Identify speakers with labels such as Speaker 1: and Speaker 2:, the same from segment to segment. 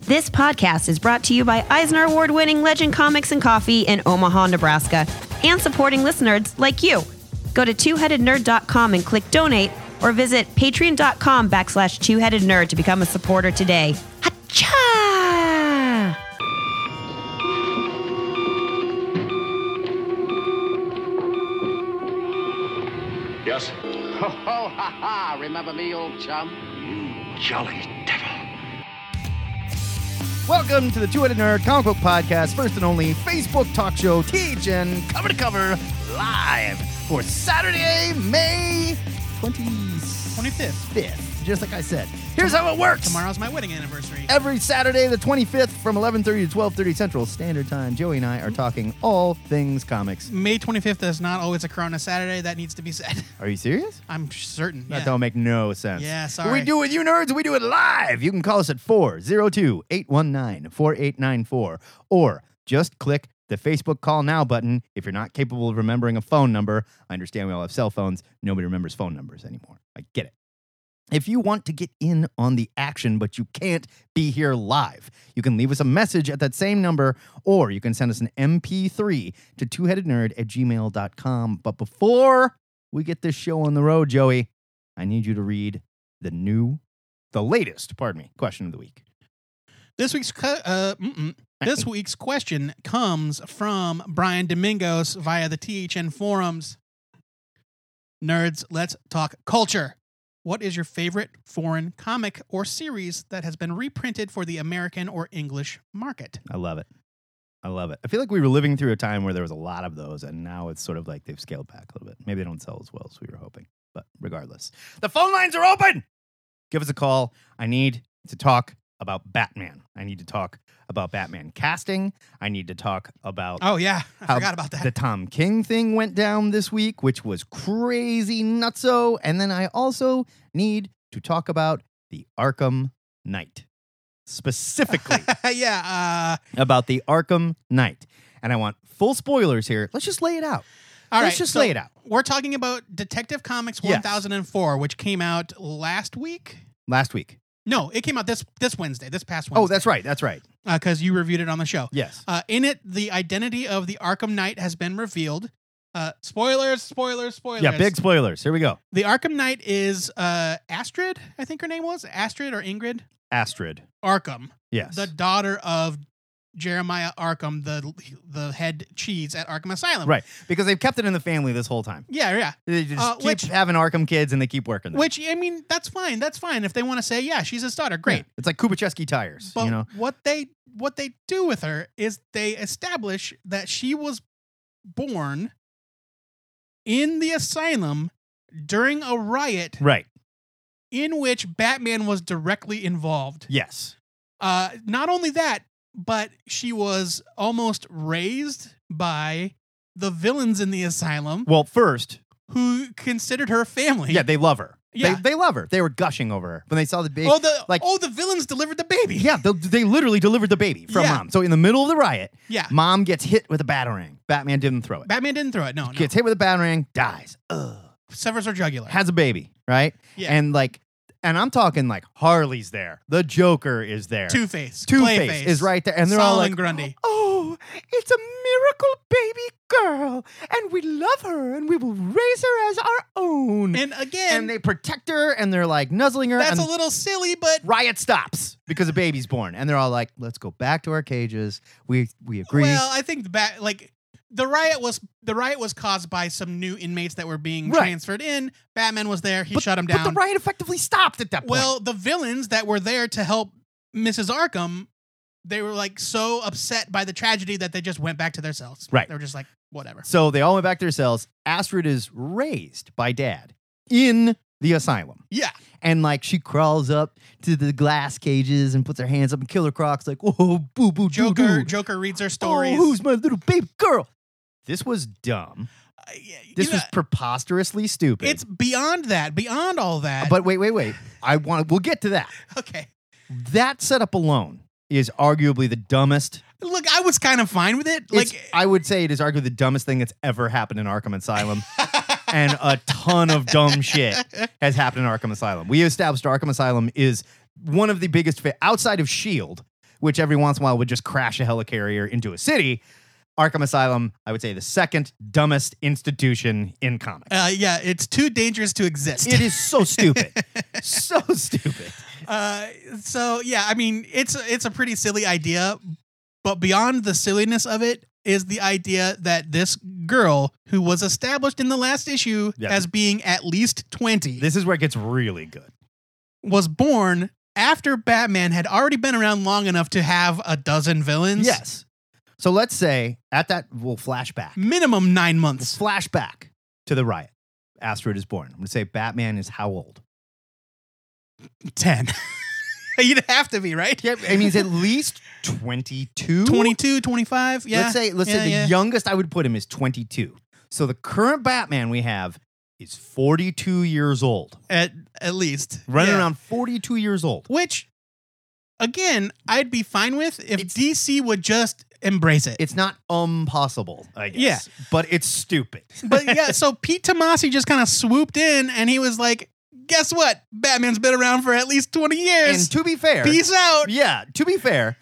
Speaker 1: This podcast is brought to you by Eisner Award winning Legend Comics and Coffee in Omaha, Nebraska, and supporting listeners like you. Go to twoheadednerd.com and click donate, or visit patreon.com backslash twoheadednerd to become a supporter today. Hacha!
Speaker 2: Yes. Ho, ho, ha, ha. Remember me, old chum? You jolly devil.
Speaker 3: Welcome to the Two Headed Nerd Comic Book Podcast, first and only Facebook talk show, THN, cover to cover, live for Saturday, May 25th.
Speaker 4: 25th.
Speaker 3: Just like I said. Here's how it works.
Speaker 4: Tomorrow's my wedding anniversary.
Speaker 3: Every Saturday, the 25th, from 11:30 to 12:30 Central Standard Time, Joey and I are talking all things comics.
Speaker 4: May 25th is not always occur on a Saturday. That needs to be said.
Speaker 3: Are you serious?
Speaker 4: I'm certain.
Speaker 3: That
Speaker 4: yeah.
Speaker 3: don't make no sense.
Speaker 4: Yeah,
Speaker 3: What we
Speaker 4: sorry.
Speaker 3: do with you nerds, we do it live. You can call us at 402-819-4894 or just click the Facebook call now button if you're not capable of remembering a phone number. I understand we all have cell phones. Nobody remembers phone numbers anymore. I get it. If you want to get in on the action, but you can't be here live, you can leave us a message at that same number, or you can send us an MP3 to twoheadednerd at gmail.com. But before we get this show on the road, Joey, I need you to read the new, the latest, pardon me, question of the week.
Speaker 4: This week's cu- uh, mm-mm. this week's question comes from Brian Domingos via the THN forums. Nerds, let's talk culture. What is your favorite foreign comic or series that has been reprinted for the American or English market?
Speaker 3: I love it. I love it. I feel like we were living through a time where there was a lot of those, and now it's sort of like they've scaled back a little bit. Maybe they don't sell as well as we were hoping, but regardless, the phone lines are open. Give us a call. I need to talk about Batman. I need to talk about Batman casting. I need to talk about
Speaker 4: Oh yeah, I
Speaker 3: how
Speaker 4: forgot about that.
Speaker 3: The Tom King thing went down this week, which was crazy nutso. And then I also need to talk about the Arkham Knight, specifically
Speaker 4: yeah. uh,
Speaker 3: about the Arkham Knight. And I want full spoilers here. Let's just lay it out.
Speaker 4: Uh, all right,
Speaker 3: Let's just
Speaker 4: so-
Speaker 3: lay it out.
Speaker 4: We're talking about Detective Comics
Speaker 3: Yes.
Speaker 4: 1004, which came out last week.
Speaker 3: Last week.
Speaker 4: No, it came out this this Wednesday, this past Wednesday.
Speaker 3: Oh, that's right. That's right.
Speaker 4: because you reviewed it on the show.
Speaker 3: Yes.
Speaker 4: Uh, in it, the identity of the Arkham Knight has been revealed. Uh, spoilers, spoilers, spoilers.
Speaker 3: Yeah, big spoilers. Here we go.
Speaker 4: The Arkham Knight is uh, Astrid, I think her name was Astrid or Ingrid
Speaker 3: Astrid.
Speaker 4: Arkham,
Speaker 3: Yes.
Speaker 4: the daughter of Jeremiah Arkham, the the head cheese at Arkham Asylum.
Speaker 3: Um, right. Because they've kept it in the family this whole time.
Speaker 4: Yeah, yeah.
Speaker 3: They just
Speaker 4: Uh,
Speaker 3: keep
Speaker 4: which-
Speaker 3: having Arkham kids and they keep working them.
Speaker 4: Which I mean, that's fine. That's fine if they want to say, yeah, she's his daughter. Great.
Speaker 3: Yeah. It's like Kubachevsky tires,
Speaker 4: But
Speaker 3: you know?
Speaker 4: what they what they do with her is they establish that she was born in the asylum during a riot
Speaker 3: Right.
Speaker 4: in which Batman was directly involved.
Speaker 3: Yes.
Speaker 4: Uh, not only that, but she was almost raised by the villains in the asylum
Speaker 3: Well, first,
Speaker 4: who considered her family.
Speaker 3: yeah, they love her.
Speaker 4: Yeah.
Speaker 3: They, they love her. They were gushing over her when they saw the baby.
Speaker 4: oh the
Speaker 3: like-
Speaker 4: oh the villains delivered the baby.
Speaker 3: yeah, they, they literally delivered the baby from
Speaker 4: Yeah.
Speaker 3: mom. So in the middle of the riot,
Speaker 4: yeah.
Speaker 3: mom gets hit with a batarang. Batman didn't throw it.
Speaker 4: Batman didn't throw it. No, no.
Speaker 3: Gets hit with a batarang, dies,
Speaker 4: Severs her jugular.
Speaker 3: has a baby, right?
Speaker 4: Yeah.
Speaker 3: And like, and I'm talking like Harley's there. The Joker is there.
Speaker 4: Two Face.
Speaker 3: Two Face is right there, and they're all
Speaker 4: Solomon
Speaker 3: like,
Speaker 4: Grundy.
Speaker 3: "Oh, it's a miracle baby girl, and we love her, and we will raise her as our own."
Speaker 4: And again,
Speaker 3: and they protect her and they're like nuzzling her
Speaker 4: that's
Speaker 3: and
Speaker 4: a little silly, but
Speaker 3: riot stops because a baby's born and they're all like let's go back to our cages we we agree
Speaker 4: well, I think the bat like the riot was the riot was caused by some new inmates that were being
Speaker 3: Right.
Speaker 4: transferred in. Batman was there. He
Speaker 3: but,
Speaker 4: shut him
Speaker 3: but
Speaker 4: down.
Speaker 3: the riot effectively stopped at that point
Speaker 4: well, the villains that were there to help Mrs. Arkham, they were like so upset by the tragedy that they just went back to their cells.
Speaker 3: Right.
Speaker 4: They were just like whatever.
Speaker 3: so they all went back to their cells astrid is raised by dad in the asylum
Speaker 4: Yeah.
Speaker 3: and like she crawls up to the glass cages and puts her hands up and killer crocs like whoa boo boo doo,
Speaker 4: Joker
Speaker 3: doo.
Speaker 4: Joker reads her
Speaker 3: oh,
Speaker 4: stories.
Speaker 3: who's my little baby girl this was dumb
Speaker 4: Uh, yeah, you
Speaker 3: this
Speaker 4: know,
Speaker 3: was preposterously stupid
Speaker 4: it's beyond that, beyond all that.
Speaker 3: but wait wait wait i want we'll get to that
Speaker 4: okay.
Speaker 3: that setup alone is arguably the dumbest.
Speaker 4: Look, I was kind of fine with it.
Speaker 3: Like
Speaker 4: Like
Speaker 3: I would say, it is arguably the dumbest thing that's ever happened in Arkham Asylum, and a ton of dumb shit has happened in Arkham Asylum. We established Arkham Asylum is one of the biggest fa- outside of Shield, E which every once in a while would just crash a helicarrier into a city. Arkham Asylum, I would say, the second dumbest institution in comics.
Speaker 4: Uh, yeah, it's too dangerous to exist.
Speaker 3: it is so stupid, so stupid.
Speaker 4: Uh, so yeah, I mean, it's it's a pretty silly idea, but beyond the silliness of it is the idea that this girl who was established in the last issue
Speaker 3: Yeah.
Speaker 4: as being at least 20
Speaker 3: This is where it gets really good.
Speaker 4: was born after Batman had already been around long enough to have a dozen villains.
Speaker 3: Yes. So let's say at that we'll flashback.
Speaker 4: Minimum 9
Speaker 3: We'll
Speaker 4: months.
Speaker 3: flashback to the riot. Astrid is born. I'm gonna say Batman is how old?
Speaker 4: 10. You'd have to be, right?
Speaker 3: Yeah, I mean, he's at least 22.
Speaker 4: 22, 25, yeah.
Speaker 3: Let's say let's
Speaker 4: Yeah,
Speaker 3: say the
Speaker 4: yeah.
Speaker 3: youngest I would put him is 22. So the current Batman we have is 42 years old.
Speaker 4: at at least.
Speaker 3: Running
Speaker 4: Yeah.
Speaker 3: around 42 years old.
Speaker 4: which again i'd be fine with if
Speaker 3: It's-
Speaker 4: dc would just embrace it
Speaker 3: It's not um, impossible, I guess. Yeah. But it's stupid.
Speaker 4: but yeah so pete tomasi just kind of swooped in and he was like guess what batman's been around for at least 20 years
Speaker 3: And to be fair,
Speaker 4: peace out
Speaker 3: yeah, to be fair,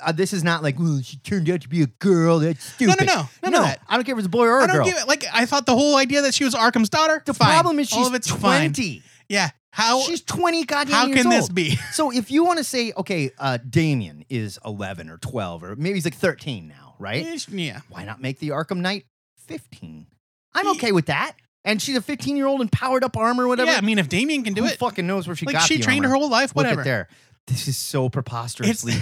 Speaker 3: uh, this is not like, well, she turned out to be a girl. That's
Speaker 4: no
Speaker 3: stupid.
Speaker 4: no no none
Speaker 3: no,
Speaker 4: of that
Speaker 3: I don't care if it's a boy or a
Speaker 4: i don't
Speaker 3: girl.
Speaker 4: give it like i thought the whole idea that she was arkham's daughter
Speaker 3: the
Speaker 4: fine.
Speaker 3: problem is
Speaker 4: All
Speaker 3: she's
Speaker 4: of it's fine.
Speaker 3: 20.
Speaker 4: yeah how
Speaker 3: She's 20 goddamn
Speaker 4: how
Speaker 3: years
Speaker 4: can this
Speaker 3: old.
Speaker 4: be
Speaker 3: So if you want to say, okay, uh, Damien is 11 or 12 or maybe he's like 13 now, right?
Speaker 4: yeah
Speaker 3: Why not make the Arkham Knight 15? I'm
Speaker 4: Ye-
Speaker 3: okay with that. And she's a 15 year old in powered up armor, whatever.
Speaker 4: yeah i mean if damien can do
Speaker 3: Who
Speaker 4: it
Speaker 3: fucking knows where she
Speaker 4: like
Speaker 3: got
Speaker 4: she
Speaker 3: the
Speaker 4: trained
Speaker 3: armor?
Speaker 4: her whole life
Speaker 3: Look at
Speaker 4: whatever
Speaker 3: there. This is so preposterously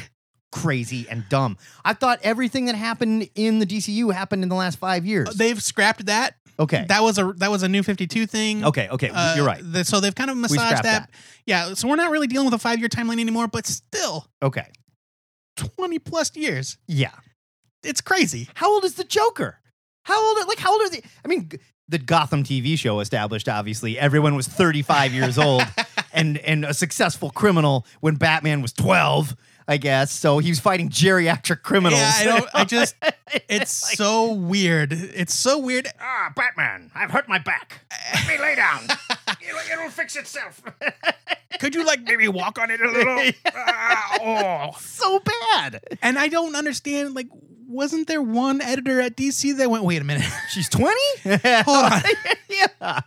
Speaker 3: crazy and dumb. I thought everything that happened in the DCU happened in the last five years.
Speaker 4: they've scrapped that
Speaker 3: okay.
Speaker 4: that was a that was a new 52 thing
Speaker 3: okay. Okay.
Speaker 4: Uh,
Speaker 3: Oh, You're right.
Speaker 4: th- so they've kind of massaged
Speaker 3: scrapped
Speaker 4: that. Yeah. So we're not really dealing with a five year timeline anymore, but still
Speaker 3: Okay.
Speaker 4: 20 plus years.
Speaker 3: Yeah.
Speaker 4: It's crazy.
Speaker 3: How old is the Joker? How old? Are, like how old are the? I mean, g- the Gotham TV show established obviously everyone was 35 years old and and a successful criminal when Batman was 12, I guess. So he was fighting geriatric criminals.
Speaker 4: Yeah, I don't- I just- It's
Speaker 3: like,
Speaker 4: so weird. It's so weird.
Speaker 2: Ah, Batman, I've hurt my back. Let me lay down. it'll, it'll fix itself.
Speaker 4: Could you like
Speaker 2: Maybe walk on it a little. Ah, oh.
Speaker 3: so bad.
Speaker 4: and I don't understand like wasn't there one editor at DC that went, wait a minute.
Speaker 3: She's 20.
Speaker 4: Hold on.
Speaker 3: yeah.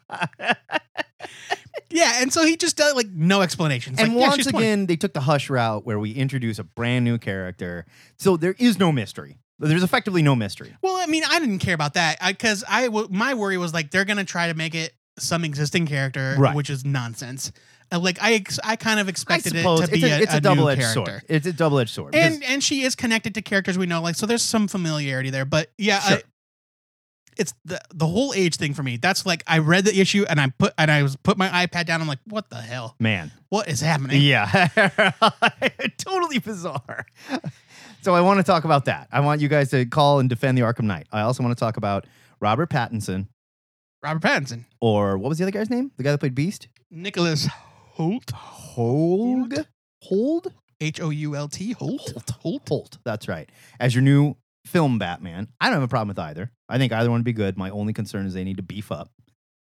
Speaker 4: yeah, and so he just does like no explanation. It's
Speaker 3: And
Speaker 4: like, yeah,
Speaker 3: once
Speaker 4: she's 20.
Speaker 3: again, they took the hush route where we introduce a brand new character. So there is no mystery. There's effectively no mystery.
Speaker 4: Well, I mean, I didn't care about that because I, w- my worry was like they're gonna try to make it some existing character,
Speaker 3: Right.
Speaker 4: which is nonsense. Uh, like I, ex- I kind of
Speaker 3: I
Speaker 4: expected it
Speaker 3: suppose
Speaker 4: to
Speaker 3: it's
Speaker 4: be
Speaker 3: a,
Speaker 4: a,
Speaker 3: it's a,
Speaker 4: new
Speaker 3: double-edged
Speaker 4: character.
Speaker 3: sword. It's a double-edged sword.
Speaker 4: And and she is connected to characters we know, like so. There's some familiarity there, but yeah,
Speaker 3: Sure.
Speaker 4: I, it's the the whole age thing for me. That's like I read the issue and I put and I was put my iPad down. I'm like, what the hell?
Speaker 3: Man.
Speaker 4: What is happening?
Speaker 3: Yeah. totally bizarre. So I want to talk about that. I want you guys to call and defend the Arkham Knight. I also want to talk about Robert Pattinson
Speaker 4: Robert Pattinson,
Speaker 3: or what was the other guy's name? The guy that played Beast?
Speaker 4: Nicholas Holt,
Speaker 3: Hold. Hold?
Speaker 4: H O U L T Holt.
Speaker 3: Holt. Holt. That's right. As your new film Batman. I don't have a problem with either. I think either one would be good. My only concern is they need to beef up.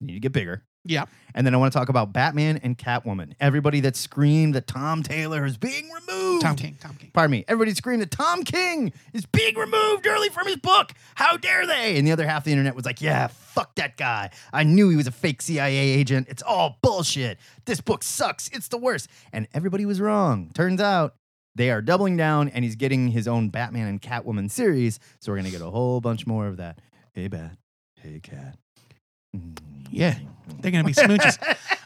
Speaker 3: They need to get bigger.
Speaker 4: Yeah.
Speaker 3: And then I want to talk about Batman and Catwoman. Everybody that screamed that Tom Taylor is being removed.
Speaker 4: Tom King. Tom King.
Speaker 3: Pardon me. Everybody screamed that Tom King is being removed early from his book. How dare they? And the other half of the internet was like, yeah, fuck that guy. I knew he was a fake CIA agent. It's all bullshit. This book sucks. It's the worst. And everybody was wrong. Turns out they are doubling down and he's getting his own Batman and Catwoman series. So we're going to get a whole bunch more of that. Hey, Bat. Hey, Cat. Mm,
Speaker 4: Yeah, they're gonna be smooches.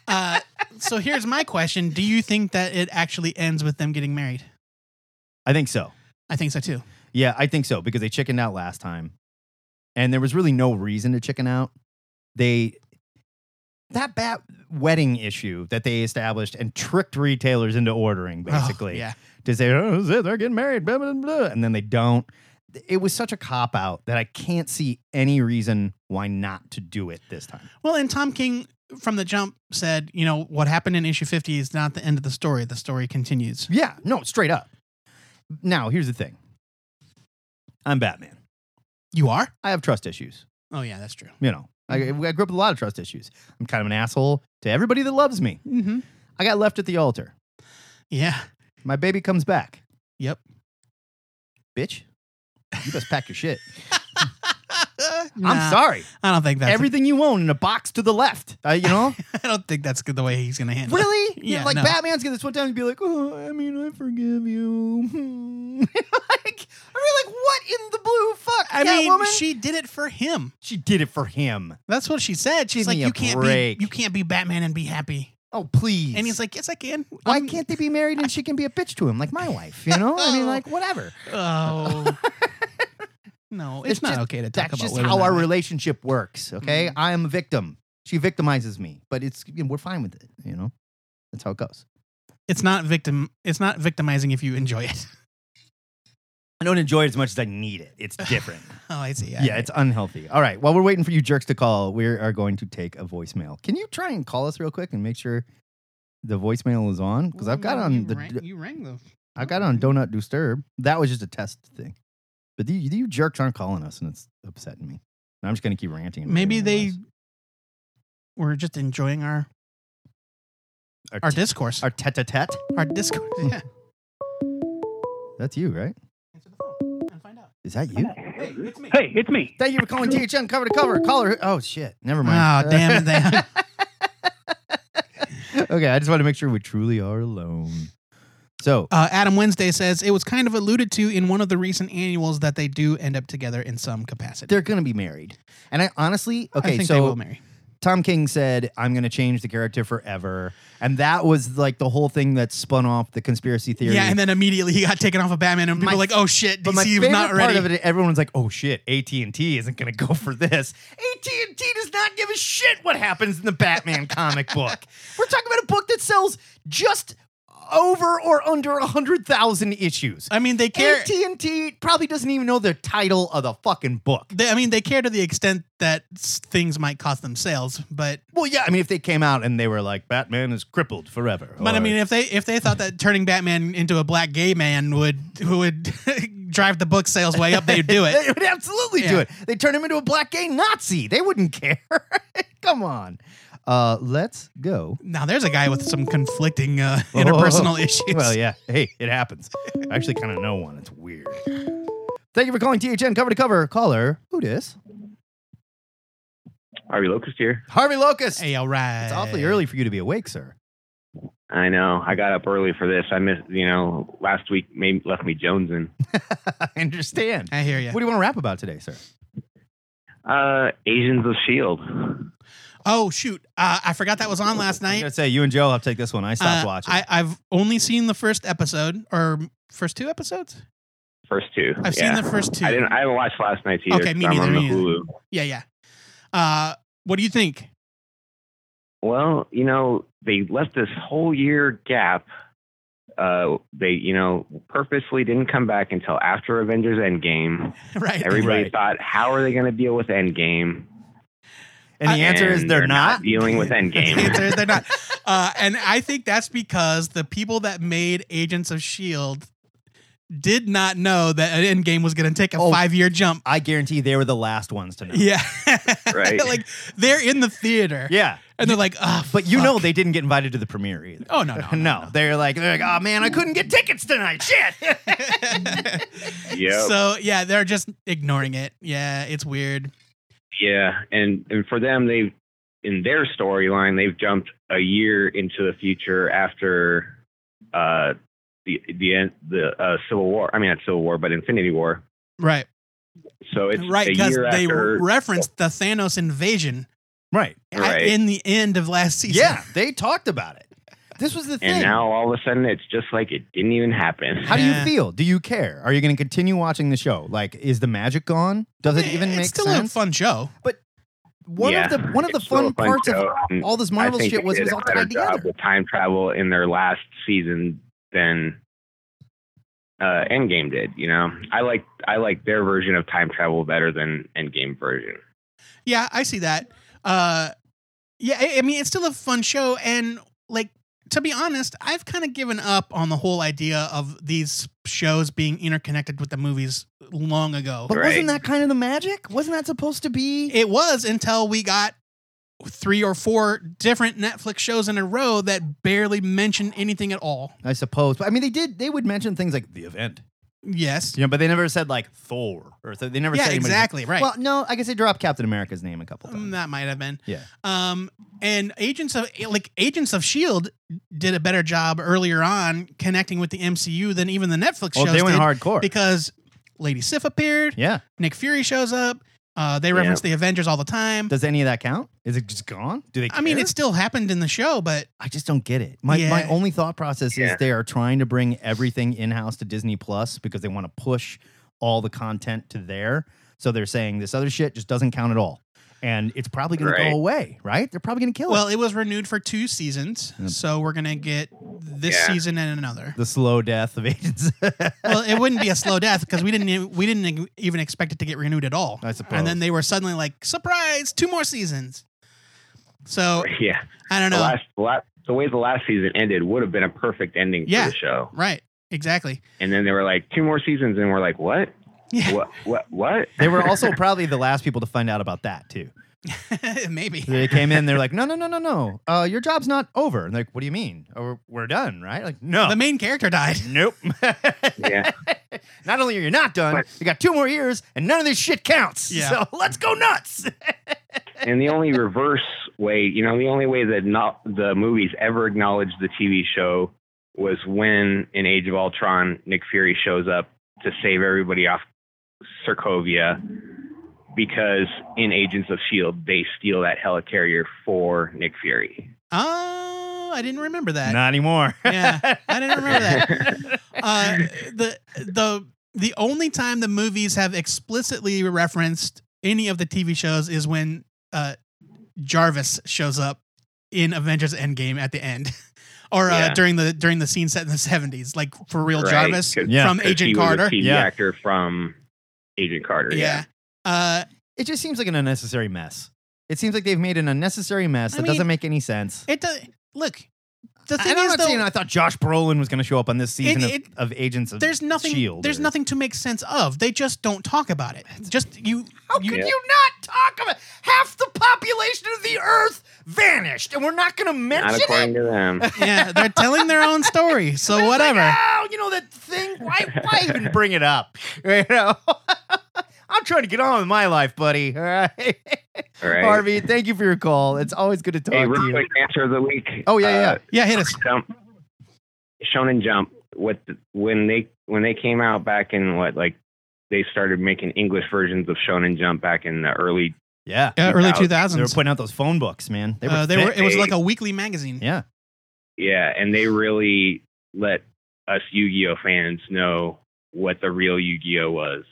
Speaker 4: uh, so here's my question: Do you think that it actually ends with them getting married?
Speaker 3: I think so.
Speaker 4: I think so too.
Speaker 3: Yeah, I think so because they chickened out last time, and there was really no reason to chicken out. They that bat wedding issue that they established and tricked retailers into ordering
Speaker 4: Oh,
Speaker 3: basically
Speaker 4: yeah.
Speaker 3: to say oh this is it, they're getting married blah blah blah and then they don't. It was such a cop out that I can't see any reason why not to do it this time.
Speaker 4: Well, and Tom King from the jump said, you know, what happened in issue 50 is not the end of the story. The story continues.
Speaker 3: Yeah, no, straight up. Now here's the thing. I'm Batman.
Speaker 4: You are?
Speaker 3: I have trust issues.
Speaker 4: Oh, yeah, that's true.
Speaker 3: You know, I, I
Speaker 4: Mm-hmm.
Speaker 3: grew up with a lot of trust issues. I'm kind of an asshole to everybody that loves me.
Speaker 4: Mm-hmm.
Speaker 3: I got left at the altar.
Speaker 4: Yeah.
Speaker 3: My baby comes back.
Speaker 4: Yep.
Speaker 3: bitch. You best pack your shit.
Speaker 4: Nah,
Speaker 3: I'm sorry.
Speaker 4: I don't think that's
Speaker 3: Everything you own in a box to the left. Uh, you know?
Speaker 4: I don't think that's good the way he's gonna handle it.
Speaker 3: really?
Speaker 4: Yeah,
Speaker 3: like
Speaker 4: no.
Speaker 3: Batman's gonna this one time and be like, oh, I mean, I forgive you. Hmm. like, I mean, like, what in the blue fuck?
Speaker 4: I mean,
Speaker 3: Catwoman?
Speaker 4: she did it for him.
Speaker 3: she did it for him.
Speaker 4: That's what she said.
Speaker 3: Give
Speaker 4: She's like,
Speaker 3: me a
Speaker 4: you can't
Speaker 3: break."
Speaker 4: be, you can't be Batman and be happy.
Speaker 3: Oh, please.
Speaker 4: And he's like, yes, I can.
Speaker 3: why
Speaker 4: I'm-
Speaker 3: can't they be married and she can be a bitch to him like my wife? You know? I mean, like, whatever.
Speaker 4: Oh. no, it's,
Speaker 3: It's
Speaker 4: not
Speaker 3: just-
Speaker 4: okay to talk
Speaker 3: That's
Speaker 4: about
Speaker 3: just
Speaker 4: women
Speaker 3: how
Speaker 4: that
Speaker 3: our
Speaker 4: way.
Speaker 3: relationship works. Okay, I am a victim. She victimizes me, but it's you know, we're fine with it. You know, that's how it goes.
Speaker 4: It's not victim. It's not victimizing if you enjoy it.
Speaker 3: I don't enjoy it as much as I need it. It's different.
Speaker 4: Oh, I see.
Speaker 3: Uh, yeah, it's unhealthy. All right. While we're waiting for you jerks to call, we are going to take a voicemail. Can you try and call us real quick and make sure the voicemail is on? Because I've got on the
Speaker 4: you rang the.
Speaker 3: I've got on Do Not Disturb. That was just a test thing. But the, you jerks aren't calling us, and it's upsetting me. And I'm just gonna keep ranting. and
Speaker 4: Maybe
Speaker 3: ranting
Speaker 4: they were just enjoying our
Speaker 3: Our
Speaker 4: our
Speaker 3: t-
Speaker 4: discourse,
Speaker 3: are tete-a-tete. Hmm.
Speaker 4: our discourse. Yeah.
Speaker 3: That's you, right?
Speaker 4: Answer the phone and find out.
Speaker 3: Is that you?
Speaker 4: Hey, it's me.
Speaker 2: Hey, it's me.
Speaker 3: Thank you for calling THN cover to cover. Caller. Oh, shit. Never
Speaker 4: Oh,
Speaker 3: mind.
Speaker 4: damn it! They,
Speaker 3: okay, I just want to make sure we truly are alone. So,
Speaker 4: uh, Adam Wednesday says it was kind of alluded to in one of the recent annuals that they do end up together in some capacity.
Speaker 3: they're going to be married. And I honestly, okay,
Speaker 4: I think
Speaker 3: so
Speaker 4: they will marry.
Speaker 3: Tom King said, I'm going to change the character forever. And that was like the whole thing that spun off the conspiracy theory.
Speaker 4: Yeah, and then immediately he got taken off of Batman, and people
Speaker 3: My-
Speaker 4: were like, "Oh shit,
Speaker 3: but my
Speaker 4: DC
Speaker 3: favorite
Speaker 4: was not
Speaker 3: part
Speaker 4: ready."
Speaker 3: of it, everyone was like, "Oh shit, AT and T isn't going to go for this. AT and T does not give a shit what happens in the Batman comic book. We're talking about a book that sells just over or under hundred thousand issues.
Speaker 4: I mean, they care.
Speaker 3: AT and T probably doesn't even know the title of the fucking book.
Speaker 4: They, I mean, they care to the extent that s- things might cost them sales, but
Speaker 3: Well, yeah, I mean, if they came out and they were like, "Batman is crippled forever,"
Speaker 4: but I
Speaker 3: or-
Speaker 4: mean, if they if they thought that turning Batman into a black gay man would who would drive the book sales way up, they'd do it.
Speaker 3: They would absolutely do
Speaker 4: Yeah.
Speaker 3: it. They turn him into a black gay Nazi. They wouldn't care. Come on. Uh, let's go
Speaker 4: Now there's a guy with some conflicting uh, interpersonal
Speaker 3: Oh.
Speaker 4: issues.
Speaker 3: Well, yeah. Hey, it happens. I actually kind of know one. It's weird. Thank you for calling THN cover to cover. Caller, who dis?
Speaker 5: Harvey Locust here.
Speaker 3: Harvey Locust.
Speaker 4: Hey, all right.
Speaker 3: It's awfully early for you to be awake, sir.
Speaker 5: I know. I got up early for this. I missed, you know, last week made, left me jonesing.
Speaker 3: I understand.
Speaker 4: I hear you.
Speaker 3: What do you want to rap about today, sir?
Speaker 5: Uh, Asians of S.H.I.E.L.D.
Speaker 4: Oh shoot, uh, I forgot that was on last
Speaker 3: I was
Speaker 4: night.
Speaker 3: gonna say you and Joe. I'll take this one. I stopped
Speaker 4: Uh,
Speaker 3: watching.
Speaker 4: I, I've only seen the first episode or first two episodes.
Speaker 5: First two.
Speaker 4: I've seen the first two.
Speaker 5: I didn't. I haven't watched last night's either.
Speaker 4: Okay, me
Speaker 5: 'cause I'm
Speaker 4: neither,
Speaker 5: on
Speaker 4: me
Speaker 5: the
Speaker 4: neither.
Speaker 5: Hulu.
Speaker 4: Yeah, yeah. Uh, what do you think?
Speaker 5: Well, you know, they left this whole year gap. Uh, they, you know, purposely didn't come back until after Avengers Endgame.
Speaker 4: right.
Speaker 5: Everybody
Speaker 3: Right.
Speaker 5: thought, how are they going to deal with Endgame?
Speaker 3: and the
Speaker 4: I-
Speaker 3: answer is
Speaker 5: And
Speaker 3: they're not.
Speaker 5: dealing with
Speaker 4: The
Speaker 5: Endgame.
Speaker 4: answer is they're not. Uh, and I think that's because the people that made Agents of S.H.I.E.L.D. E did not know that an Endgame was going to take a
Speaker 3: Oh.
Speaker 4: five year jump.
Speaker 3: I guarantee they were the last ones to know.
Speaker 4: Yeah.
Speaker 5: Right.
Speaker 4: like they're in the theater
Speaker 3: Yeah.
Speaker 4: and they're like, oh,
Speaker 3: But you know they didn't get invited to the premiere either.
Speaker 4: Oh, no, no.
Speaker 3: no, they're like, they're like, oh man, I couldn't get tickets tonight. Shit.
Speaker 5: yep.
Speaker 4: So yeah, they're just ignoring it. Yeah, it's weird.
Speaker 5: Yeah, and and for them, they've in their storyline they've jumped a year into the future after uh, the the end the uh, Civil War. I mean, not Civil War, but Infinity War.
Speaker 4: Right.
Speaker 5: So it's
Speaker 4: right,
Speaker 5: a
Speaker 4: because
Speaker 5: year
Speaker 4: they
Speaker 5: after.
Speaker 4: referenced the Thanos invasion
Speaker 3: right.
Speaker 4: at-
Speaker 5: Right.
Speaker 4: in the end of last season.
Speaker 3: Yeah, they talked about it. This was the thing.
Speaker 5: and now all of a sudden, it's just like it didn't even happen.
Speaker 3: How do you
Speaker 4: Yeah.
Speaker 3: feel? Do you care? Are you going to continue watching the show? Like, is the magic gone? Does it even
Speaker 4: it's
Speaker 3: make
Speaker 4: still a
Speaker 3: sense?
Speaker 4: fun show.
Speaker 3: One
Speaker 5: Yeah,
Speaker 3: of the one of the
Speaker 5: it's still a
Speaker 3: fun, parts
Speaker 5: show,
Speaker 3: of
Speaker 5: and
Speaker 3: all this
Speaker 5: I
Speaker 3: Marvel
Speaker 5: think
Speaker 3: shit
Speaker 5: they
Speaker 3: was it
Speaker 5: did a
Speaker 3: was all
Speaker 5: better
Speaker 3: tied
Speaker 5: job
Speaker 3: together.
Speaker 5: with time travel in their last season than uh, Endgame did. You know, I like I like their version of time travel better than Endgame version.
Speaker 4: Yeah, I see that. Uh, yeah, I, I mean, it's still a fun show, and like to be honest, I've kind of given up on the whole idea of these shows being interconnected with the movies long ago.
Speaker 3: But
Speaker 5: Right.
Speaker 3: wasn't that kind of the magic? Wasn't that supposed to be?
Speaker 4: It was until we got three or four different Netflix shows in a row that barely mentioned anything at all.
Speaker 3: I suppose. But I mean, they did. They would mention things like the event,
Speaker 4: Yes.
Speaker 3: You know, but they never said like Thor or th- they never
Speaker 4: Yeah,
Speaker 3: said anybody's-
Speaker 4: exactly. Right.
Speaker 3: Well, no, I guess they dropped Captain America's name a couple times.
Speaker 4: Um, that might have been.
Speaker 3: Yeah.
Speaker 4: Um, and Agents of like Agents of Shield E did a better job earlier on connecting with the MCU than even the Netflix
Speaker 3: Well,
Speaker 4: shows
Speaker 3: they went
Speaker 4: did
Speaker 3: hardcore.
Speaker 4: because Lady Sif appeared,
Speaker 3: yeah.
Speaker 4: Nick Fury shows up. Uh, they reference the Avengers all the time.
Speaker 3: Does any of that count? Is it just gone? Do they?
Speaker 4: I mean,
Speaker 3: care?
Speaker 4: it still happened in the show, but
Speaker 3: I just don't get it. My my
Speaker 4: Yeah.
Speaker 3: only thought process is
Speaker 5: Yeah.
Speaker 3: they are trying to bring everything in house to Disney Plus because they want to push all the content to there. So they're saying this other shit just doesn't count at all, and it's probably going to
Speaker 5: Right.
Speaker 3: go away. Right? They're probably going to kill
Speaker 4: well,
Speaker 3: it.
Speaker 4: it was renewed for two seasons,
Speaker 3: Yep.
Speaker 4: so we're gonna get this
Speaker 5: Yeah.
Speaker 4: season and another.
Speaker 3: The slow death of agents.
Speaker 4: well, it wouldn't be a slow death because we didn't e- we didn't even expect it to get renewed at all.
Speaker 3: I suppose.
Speaker 4: And then they were suddenly like, surprise, two more seasons. So
Speaker 5: Yeah.
Speaker 4: I don't
Speaker 5: The
Speaker 4: know.
Speaker 5: last, the last, the way the last season ended would have been a perfect ending
Speaker 4: Yeah.
Speaker 5: for the show.
Speaker 4: right? Exactly.
Speaker 5: And then they were like, two more seasons, and we're like, what?
Speaker 4: Yeah.
Speaker 5: What? What? What?
Speaker 3: E. they were also probably the last people to find out about that too.
Speaker 4: Maybe.
Speaker 3: They came in, they're like, no, no, no, no, no. Uh, your job's not over. And they're like, what do you mean? Oh, we're we're done, right? Like, no.
Speaker 4: The main character died.
Speaker 3: nope.
Speaker 5: Yeah.
Speaker 3: Not only are you not done,
Speaker 5: But-
Speaker 3: you got two more years, and none of this shit counts.
Speaker 4: Yeah.
Speaker 3: So let's go nuts.
Speaker 5: and the only reverse way, you know, the only way that not the movies ever acknowledged the TV show was when in Age of Ultron, Nick Fury shows up to save everybody off Sokovia because in Agents of Shield E they steal that helicarrier for Nick Fury.
Speaker 4: Oh, I didn't remember that.
Speaker 3: not anymore.
Speaker 4: Yeah, I didn't remember that. Uh, the the the only time the movies have explicitly referenced any of the TV shows is when uh, Jarvis shows up in Avengers Endgame at the end, or uh,
Speaker 5: Yeah.
Speaker 4: during the during the scene set in the seventies, like for real
Speaker 5: Right?
Speaker 4: Jarvis
Speaker 5: 'Cause-
Speaker 3: Yeah.
Speaker 4: from
Speaker 5: 'cause he
Speaker 4: Agent
Speaker 5: was a
Speaker 4: Carter.
Speaker 5: TV
Speaker 3: Yeah.
Speaker 5: actor from Agent Carter.
Speaker 4: Yeah. Uh,
Speaker 3: It just seems like an unnecessary mess. It seems like they've made an unnecessary mess
Speaker 4: I
Speaker 3: that
Speaker 4: mean,
Speaker 3: doesn't make any sense.
Speaker 4: it does. Look, the
Speaker 3: I,
Speaker 4: thing
Speaker 3: and I'm
Speaker 4: is
Speaker 3: not
Speaker 4: though,
Speaker 3: saying I thought Josh Brolin was going to show up on this season of,
Speaker 4: it-
Speaker 3: of Agents of
Speaker 4: there's nothing.
Speaker 3: Shield.
Speaker 4: there's
Speaker 3: E or-
Speaker 4: nothing to make sense of. They just don't talk about it. Just you.
Speaker 3: How
Speaker 4: you
Speaker 3: could you not talk about half the population of the Earth vanished, and we're not going to mention
Speaker 5: Not according
Speaker 3: it?
Speaker 5: to them.
Speaker 4: yeah, they're telling their own story. So
Speaker 3: It's like,
Speaker 4: whatever.
Speaker 3: oh, you know that thing. Why, why even bring it up? You know, I'm trying to get on with my life, buddy. All right,
Speaker 5: All right.
Speaker 3: Harvey. Thank you for your call. It's always good to talk
Speaker 5: hey,
Speaker 3: to
Speaker 5: real
Speaker 3: you.
Speaker 5: quick answer of the week.
Speaker 3: Oh yeah, yeah.
Speaker 5: Uh,
Speaker 4: yeah, hit us.
Speaker 5: Jump, Shonen Jump. What the, when they when they came out back in what like they started making English versions of Shonen Jump back in the early.
Speaker 3: yeah.
Speaker 4: Yeah, early
Speaker 5: 2000s.
Speaker 3: They were
Speaker 4: 2000s.
Speaker 3: putting out those phone books, man. They were.
Speaker 4: uh, they were.
Speaker 3: thick.
Speaker 4: It was like a weekly magazine.
Speaker 3: yeah.
Speaker 5: Yeah, and they really let us Yu-Gi-Oh fans know what the real Yu-Gi-Oh was.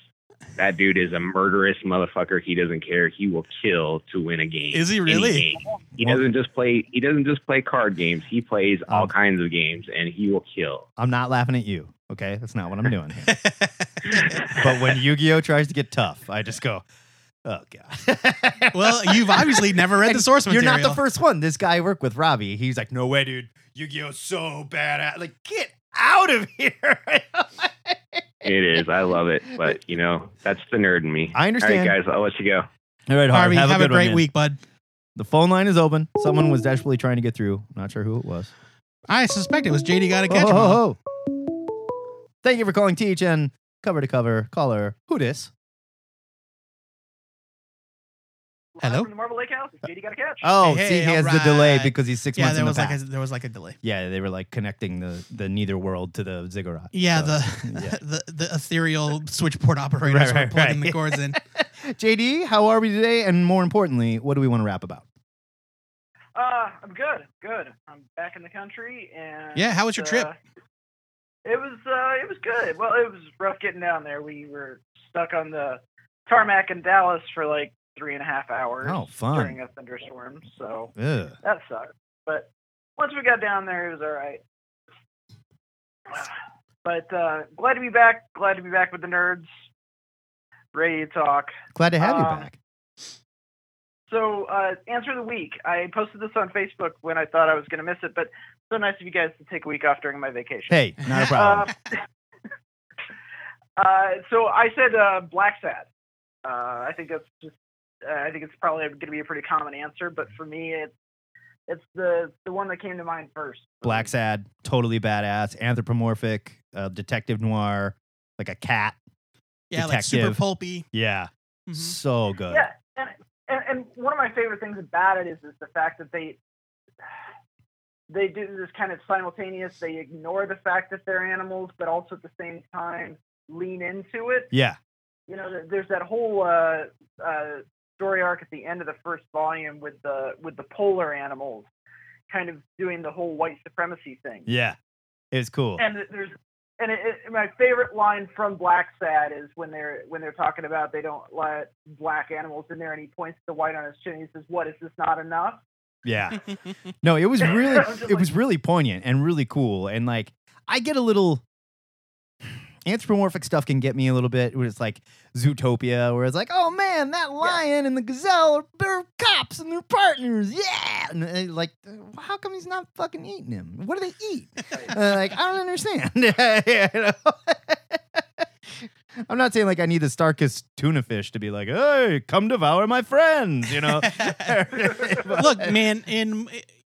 Speaker 5: That dude is a murderous motherfucker. He doesn't care. He will kill to win a game.
Speaker 4: Is he
Speaker 5: Any
Speaker 4: really?
Speaker 5: game. He doesn't just play. He doesn't just play card games. He plays all
Speaker 3: Um,
Speaker 5: kinds of games, and he will kill.
Speaker 3: I'm not laughing at you. Okay, that's not what I'm doing. Here. but when Yu-Gi-Oh tries to get tough, I just go, oh god.
Speaker 4: well, you've obviously never read the source
Speaker 3: You're
Speaker 4: material.
Speaker 3: not the first one. This guy I work with, Robbie, he's like, no way, dude. Yu-Gi-Oh's so bad at like get out of here.
Speaker 5: It is. I love it. But you know, that's the nerd in me.
Speaker 3: I understand.
Speaker 5: All right, guys, I'll let you go.
Speaker 3: All right,
Speaker 4: Harvey,
Speaker 3: Harvey,
Speaker 4: have, a,
Speaker 3: good one,
Speaker 4: great
Speaker 3: man.
Speaker 4: week, bud.
Speaker 3: The phone line is open. Someone was desperately trying to get through. Not sure who it was.
Speaker 4: I suspect it was JD. Got to
Speaker 3: Oh,
Speaker 4: catch him. all.
Speaker 3: ho, ho. Thank you for calling THN cover to cover caller. Who dis?
Speaker 4: Hello?
Speaker 6: From the Marble Lake House. It's JD got a catch.
Speaker 3: Oh,
Speaker 4: Hey,
Speaker 3: see, he
Speaker 4: all
Speaker 3: has the delay
Speaker 4: right.
Speaker 3: because he's six
Speaker 4: Yeah,
Speaker 3: months
Speaker 4: there
Speaker 3: in the
Speaker 4: was like a,
Speaker 3: back.
Speaker 4: there was like a delay.
Speaker 3: Yeah, they were like connecting the the neither world to the ziggurat.
Speaker 4: Yeah,
Speaker 3: So,
Speaker 4: the,
Speaker 3: yeah.
Speaker 4: the the ethereal switchboard operators
Speaker 3: Right,
Speaker 4: were
Speaker 3: right,
Speaker 4: plugging
Speaker 3: right.
Speaker 4: the cords in.
Speaker 3: JD, how are we today? And more importantly, what do we want to rap about?
Speaker 6: Uh, I'm good. Good. I'm back in the country and
Speaker 4: Yeah, how was your trip?
Speaker 6: uh, it was uh, it was good. Well, it was rough getting down there. We were stuck on the tarmac in Dallas for like three and a half hours
Speaker 3: Oh, fun.
Speaker 6: during a thunderstorm. So
Speaker 3: Ugh.
Speaker 6: that sucked. But once we got down there, it was all right. But uh, glad to be back. Glad to be back with the nerds. Ready to talk.
Speaker 3: Glad to have you
Speaker 6: Um,
Speaker 3: back.
Speaker 6: So, uh, answer of the week. I posted this on Facebook when I thought I was going to miss it, but so nice of you guys to take a week off during my vacation.
Speaker 3: Hey, not a problem.
Speaker 6: Uh, uh, so I said uh, Black Sad. Uh, I think that's just. Uh, I think it's probably going to be a pretty common answer, but for me, it's it's the the one that came to mind first.
Speaker 3: Black Sad, totally badass, anthropomorphic, uh, detective noir, like a cat.
Speaker 4: Yeah, like super
Speaker 3: Detective.
Speaker 4: pulpy.
Speaker 3: Yeah,
Speaker 4: Mhm.
Speaker 3: so good.
Speaker 6: Yeah, and, and and one of my favorite things about it is is the fact that they they do this kind of simultaneous. They ignore the fact that they're animals, but also at the same time lean into it.
Speaker 3: Yeah,
Speaker 6: You know, there- there's that whole uh, uh, story arc at the end of the first volume with the with the polar animals, kind of doing the whole white supremacy thing.
Speaker 3: yeah. It's cool.
Speaker 6: And there's and it, it, my favorite line from Black Sad is when they're when they're talking about they don't let black animals in there, and he points to the white on his chin. And he says, "What is this not enough?"
Speaker 3: Yeah. No, it was really
Speaker 6: I'm just
Speaker 3: it was really poignant and really cool. And like I get a little anthropomorphic stuff can get me a little bit where it's like Zootopia, where it's like, oh man, that lion and the gazelle are they're cops and they're partners. Yeah. And, uh, like, uh, how come he's not fucking eating him? What do they eat? Uh, like, I don't understand. You know? I'm not saying like I need the Starkist tuna fish to be like, hey, come devour my friends, you know?
Speaker 4: Look, man, in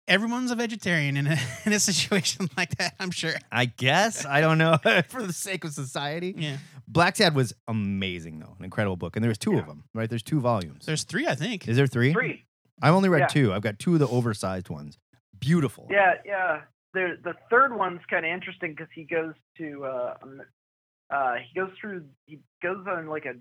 Speaker 4: everyone's a vegetarian in a, in a situation like that. I'm sure.
Speaker 3: I guess. I don't know. For the sake of society.
Speaker 4: Yeah,
Speaker 3: Black Sad was amazing, though. An incredible book. And there was two of them, right? There's two volumes.
Speaker 4: there's three, I think.
Speaker 3: Is there three?
Speaker 6: Three.
Speaker 3: I've only read
Speaker 6: Yeah.
Speaker 3: two. I've got two of the oversized ones. Beautiful.
Speaker 6: Yeah, yeah. The the third one's kind of interesting because he goes to uh, um, uh, he goes through he goes on like a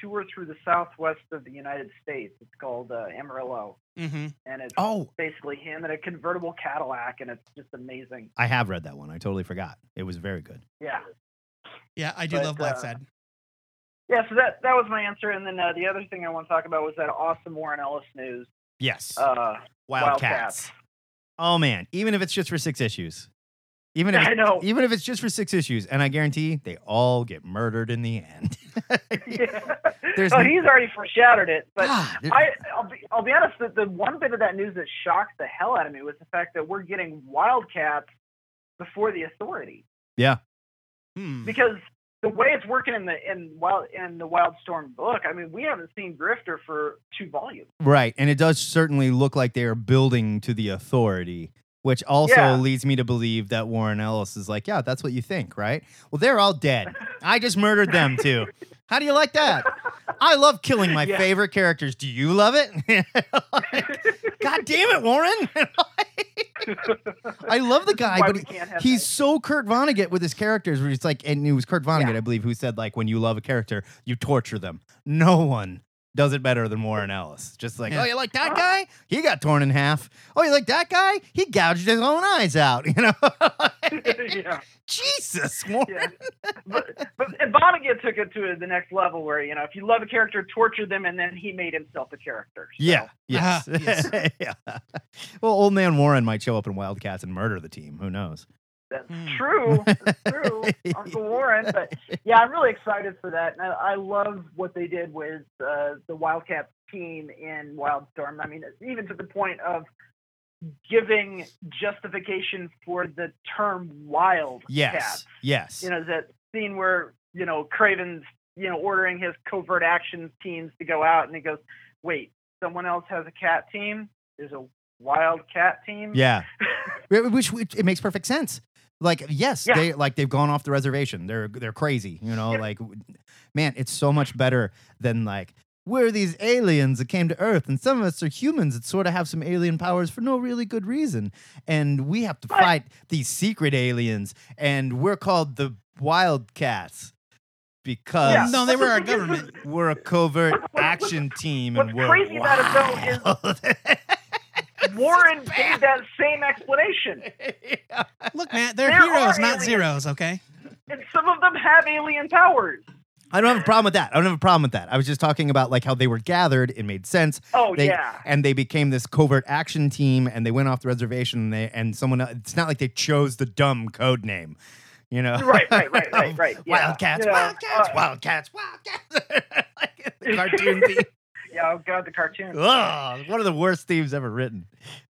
Speaker 6: tour through the southwest of the United States. It's called uh, Amarillo,
Speaker 4: Mm-hmm.
Speaker 6: and it's
Speaker 4: Oh,
Speaker 6: basically him in a convertible Cadillac, and it's just amazing.
Speaker 3: I have read that one. I totally forgot. It was very good.
Speaker 6: Yeah.
Speaker 4: yeah, I do
Speaker 6: But,
Speaker 4: love Black
Speaker 6: uh,
Speaker 4: Sad.
Speaker 6: Yeah, so that that was my answer, and then uh, the other thing I want to talk about was that awesome Warren Ellis news.
Speaker 3: Yes.
Speaker 6: Uh,
Speaker 3: Wildcats. Oh, man. Even if it's just for six issues. Even if,
Speaker 6: I know.
Speaker 3: even if it's just for six issues, and I guarantee they all get murdered in the end. There's
Speaker 6: so
Speaker 3: n-
Speaker 6: Oh, he's already foreshadowed it, but
Speaker 3: God, there-
Speaker 6: I I'll be, I'll be honest. The, the one bit of that news that shocked the hell out of me was the fact that we're getting Wildcats before the Authority
Speaker 4: Hmm.
Speaker 6: because the way it's working in the in wild in the Wildstorm book, I mean, we haven't seen Grifter for two volumes.
Speaker 3: Right. And it does certainly look like they are building to the authority, which also
Speaker 6: Yeah.
Speaker 3: leads me to believe that Warren Ellis is like, yeah, that's what you think, right? Well, they're all dead. I just murdered them too. How do you like that? I love killing my
Speaker 6: Yeah.
Speaker 3: favorite characters. Do you love it? God damn it, Warren. I love the guy,
Speaker 6: Why
Speaker 3: but
Speaker 6: we
Speaker 3: he-
Speaker 6: can't have
Speaker 3: he's so Kurt Vonnegut with his characters where it's like, and it was Kurt Vonnegut, I believe, who said, like, when you love a character, you torture them. No one does it better than Warren Ellis. Just like,
Speaker 4: Yeah.
Speaker 3: oh, you like that guy? He got torn in half. Oh, you like that guy? He gouged his own eyes out. You know,
Speaker 6: that. yeah.
Speaker 3: Jesus, Warren.
Speaker 6: yeah. But, but and Vonnegut took it to the next level where, you know, if you love a character, torture them, and then he made himself a character. So,
Speaker 3: Yeah. Yes.
Speaker 4: Ah, yes.
Speaker 3: yeah. Well, old man Warren might show up in Wildcats and murder the team. Who knows?
Speaker 6: That's
Speaker 4: Hmm.
Speaker 6: true. That's true, Uncle Warren. But yeah, I'm really excited for that. And I, I love what they did with uh, the Wildcat team in Wildstorm. I mean, even to the point of giving justification for the term wild cat.
Speaker 3: Yes. Yes.
Speaker 6: you know that scene where you know Craven's you know ordering his covert actions teams to go out, and he goes, "Wait, someone else has a cat team. There's a wild cat team."
Speaker 3: Yeah. Wh- Which, which it makes perfect sense. Like yes,
Speaker 6: Yeah.
Speaker 3: they like they've gone off the reservation. They're they're crazy, you know.
Speaker 6: Yeah.
Speaker 3: Like, w- man, it's so much better than like we're these aliens that came to Earth, and some of us are humans that sort of have some alien powers for no really good reason, and we have to
Speaker 6: Right.
Speaker 3: fight these secret aliens, and we're called the Wildcats
Speaker 6: Yeah.
Speaker 3: because
Speaker 4: No, they were our
Speaker 6: That's the thing is-
Speaker 4: government.
Speaker 3: we're a covert action team, and
Speaker 6: what's
Speaker 3: we're
Speaker 6: crazy about it,
Speaker 3: wild.
Speaker 6: Warren gave that same explanation,
Speaker 4: Look, man, they're
Speaker 6: There
Speaker 4: heroes,
Speaker 6: are
Speaker 4: not
Speaker 6: aliens.
Speaker 4: zeros. Okay.
Speaker 6: and some of them have alien powers.
Speaker 3: I don't have a problem with that. I don't have a problem with that. I was just talking about like how they were gathered. It made sense.
Speaker 6: Oh
Speaker 3: They,
Speaker 6: yeah,
Speaker 3: And they became this covert action team, and they went off the reservation. And, they, and someone, el- it's not like they chose the dumb code name, you know?
Speaker 6: right, right, right, right, right. Yeah.
Speaker 3: Wildcats,
Speaker 6: You know,
Speaker 3: Wildcats,
Speaker 6: uh,
Speaker 3: Wildcats, Wildcats. like the cartoon theme.
Speaker 6: Yeah, oh god, the cartoon.
Speaker 3: Ugh, one of the worst themes ever written.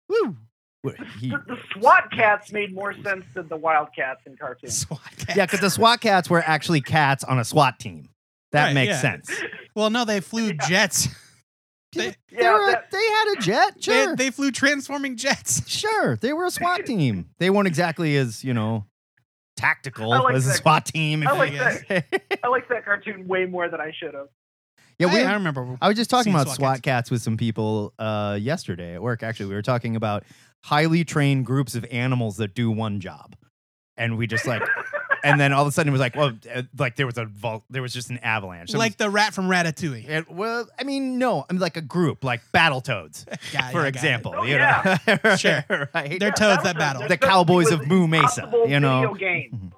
Speaker 3: Woo. We're
Speaker 6: The,
Speaker 3: heroes.
Speaker 6: the SWAT cats made more sense than the Wildcats in cartoons.
Speaker 4: SWAT
Speaker 3: Yeah,
Speaker 4: cats.
Speaker 3: because the SWAT cats were actually cats on a SWAT team. That
Speaker 4: Right,
Speaker 3: makes
Speaker 4: yeah.
Speaker 3: sense.
Speaker 4: Well, no, they flew jets. They-
Speaker 3: They were-
Speaker 6: that-
Speaker 3: they had a jet, sure.
Speaker 4: They, they flew transforming jets.
Speaker 3: Sure, they were a SWAT team. They weren't exactly as you know tactical
Speaker 6: I like
Speaker 3: was the
Speaker 6: that.
Speaker 3: SWAT team.
Speaker 6: I
Speaker 3: if
Speaker 6: like
Speaker 3: you-
Speaker 6: I like that cartoon way more than I should have.
Speaker 3: yeah, we,
Speaker 4: I, I remember.
Speaker 3: I was just talking
Speaker 4: Seen
Speaker 3: about
Speaker 4: SWAT
Speaker 3: SWAT cats. with some people uh, yesterday at work. Actually, we were talking about highly trained groups of animals that do one job, and we just like, and then all of a sudden it was like, well, uh, like there was a vault, there was just an avalanche. So it
Speaker 4: like the rat from Ratatouille.
Speaker 3: was- it, well, I mean, no, I'm like a group, like Battletoads,
Speaker 4: Got it,
Speaker 3: for
Speaker 4: got it.
Speaker 3: example.
Speaker 6: Oh,
Speaker 3: you know?
Speaker 4: Sure.
Speaker 3: right?
Speaker 4: They're
Speaker 6: Yeah,
Speaker 4: toads
Speaker 6: that
Speaker 4: that
Speaker 6: was a-
Speaker 4: battle.
Speaker 3: the Cowboys of Moo Mesa.
Speaker 6: Possible
Speaker 3: You know,
Speaker 6: video game.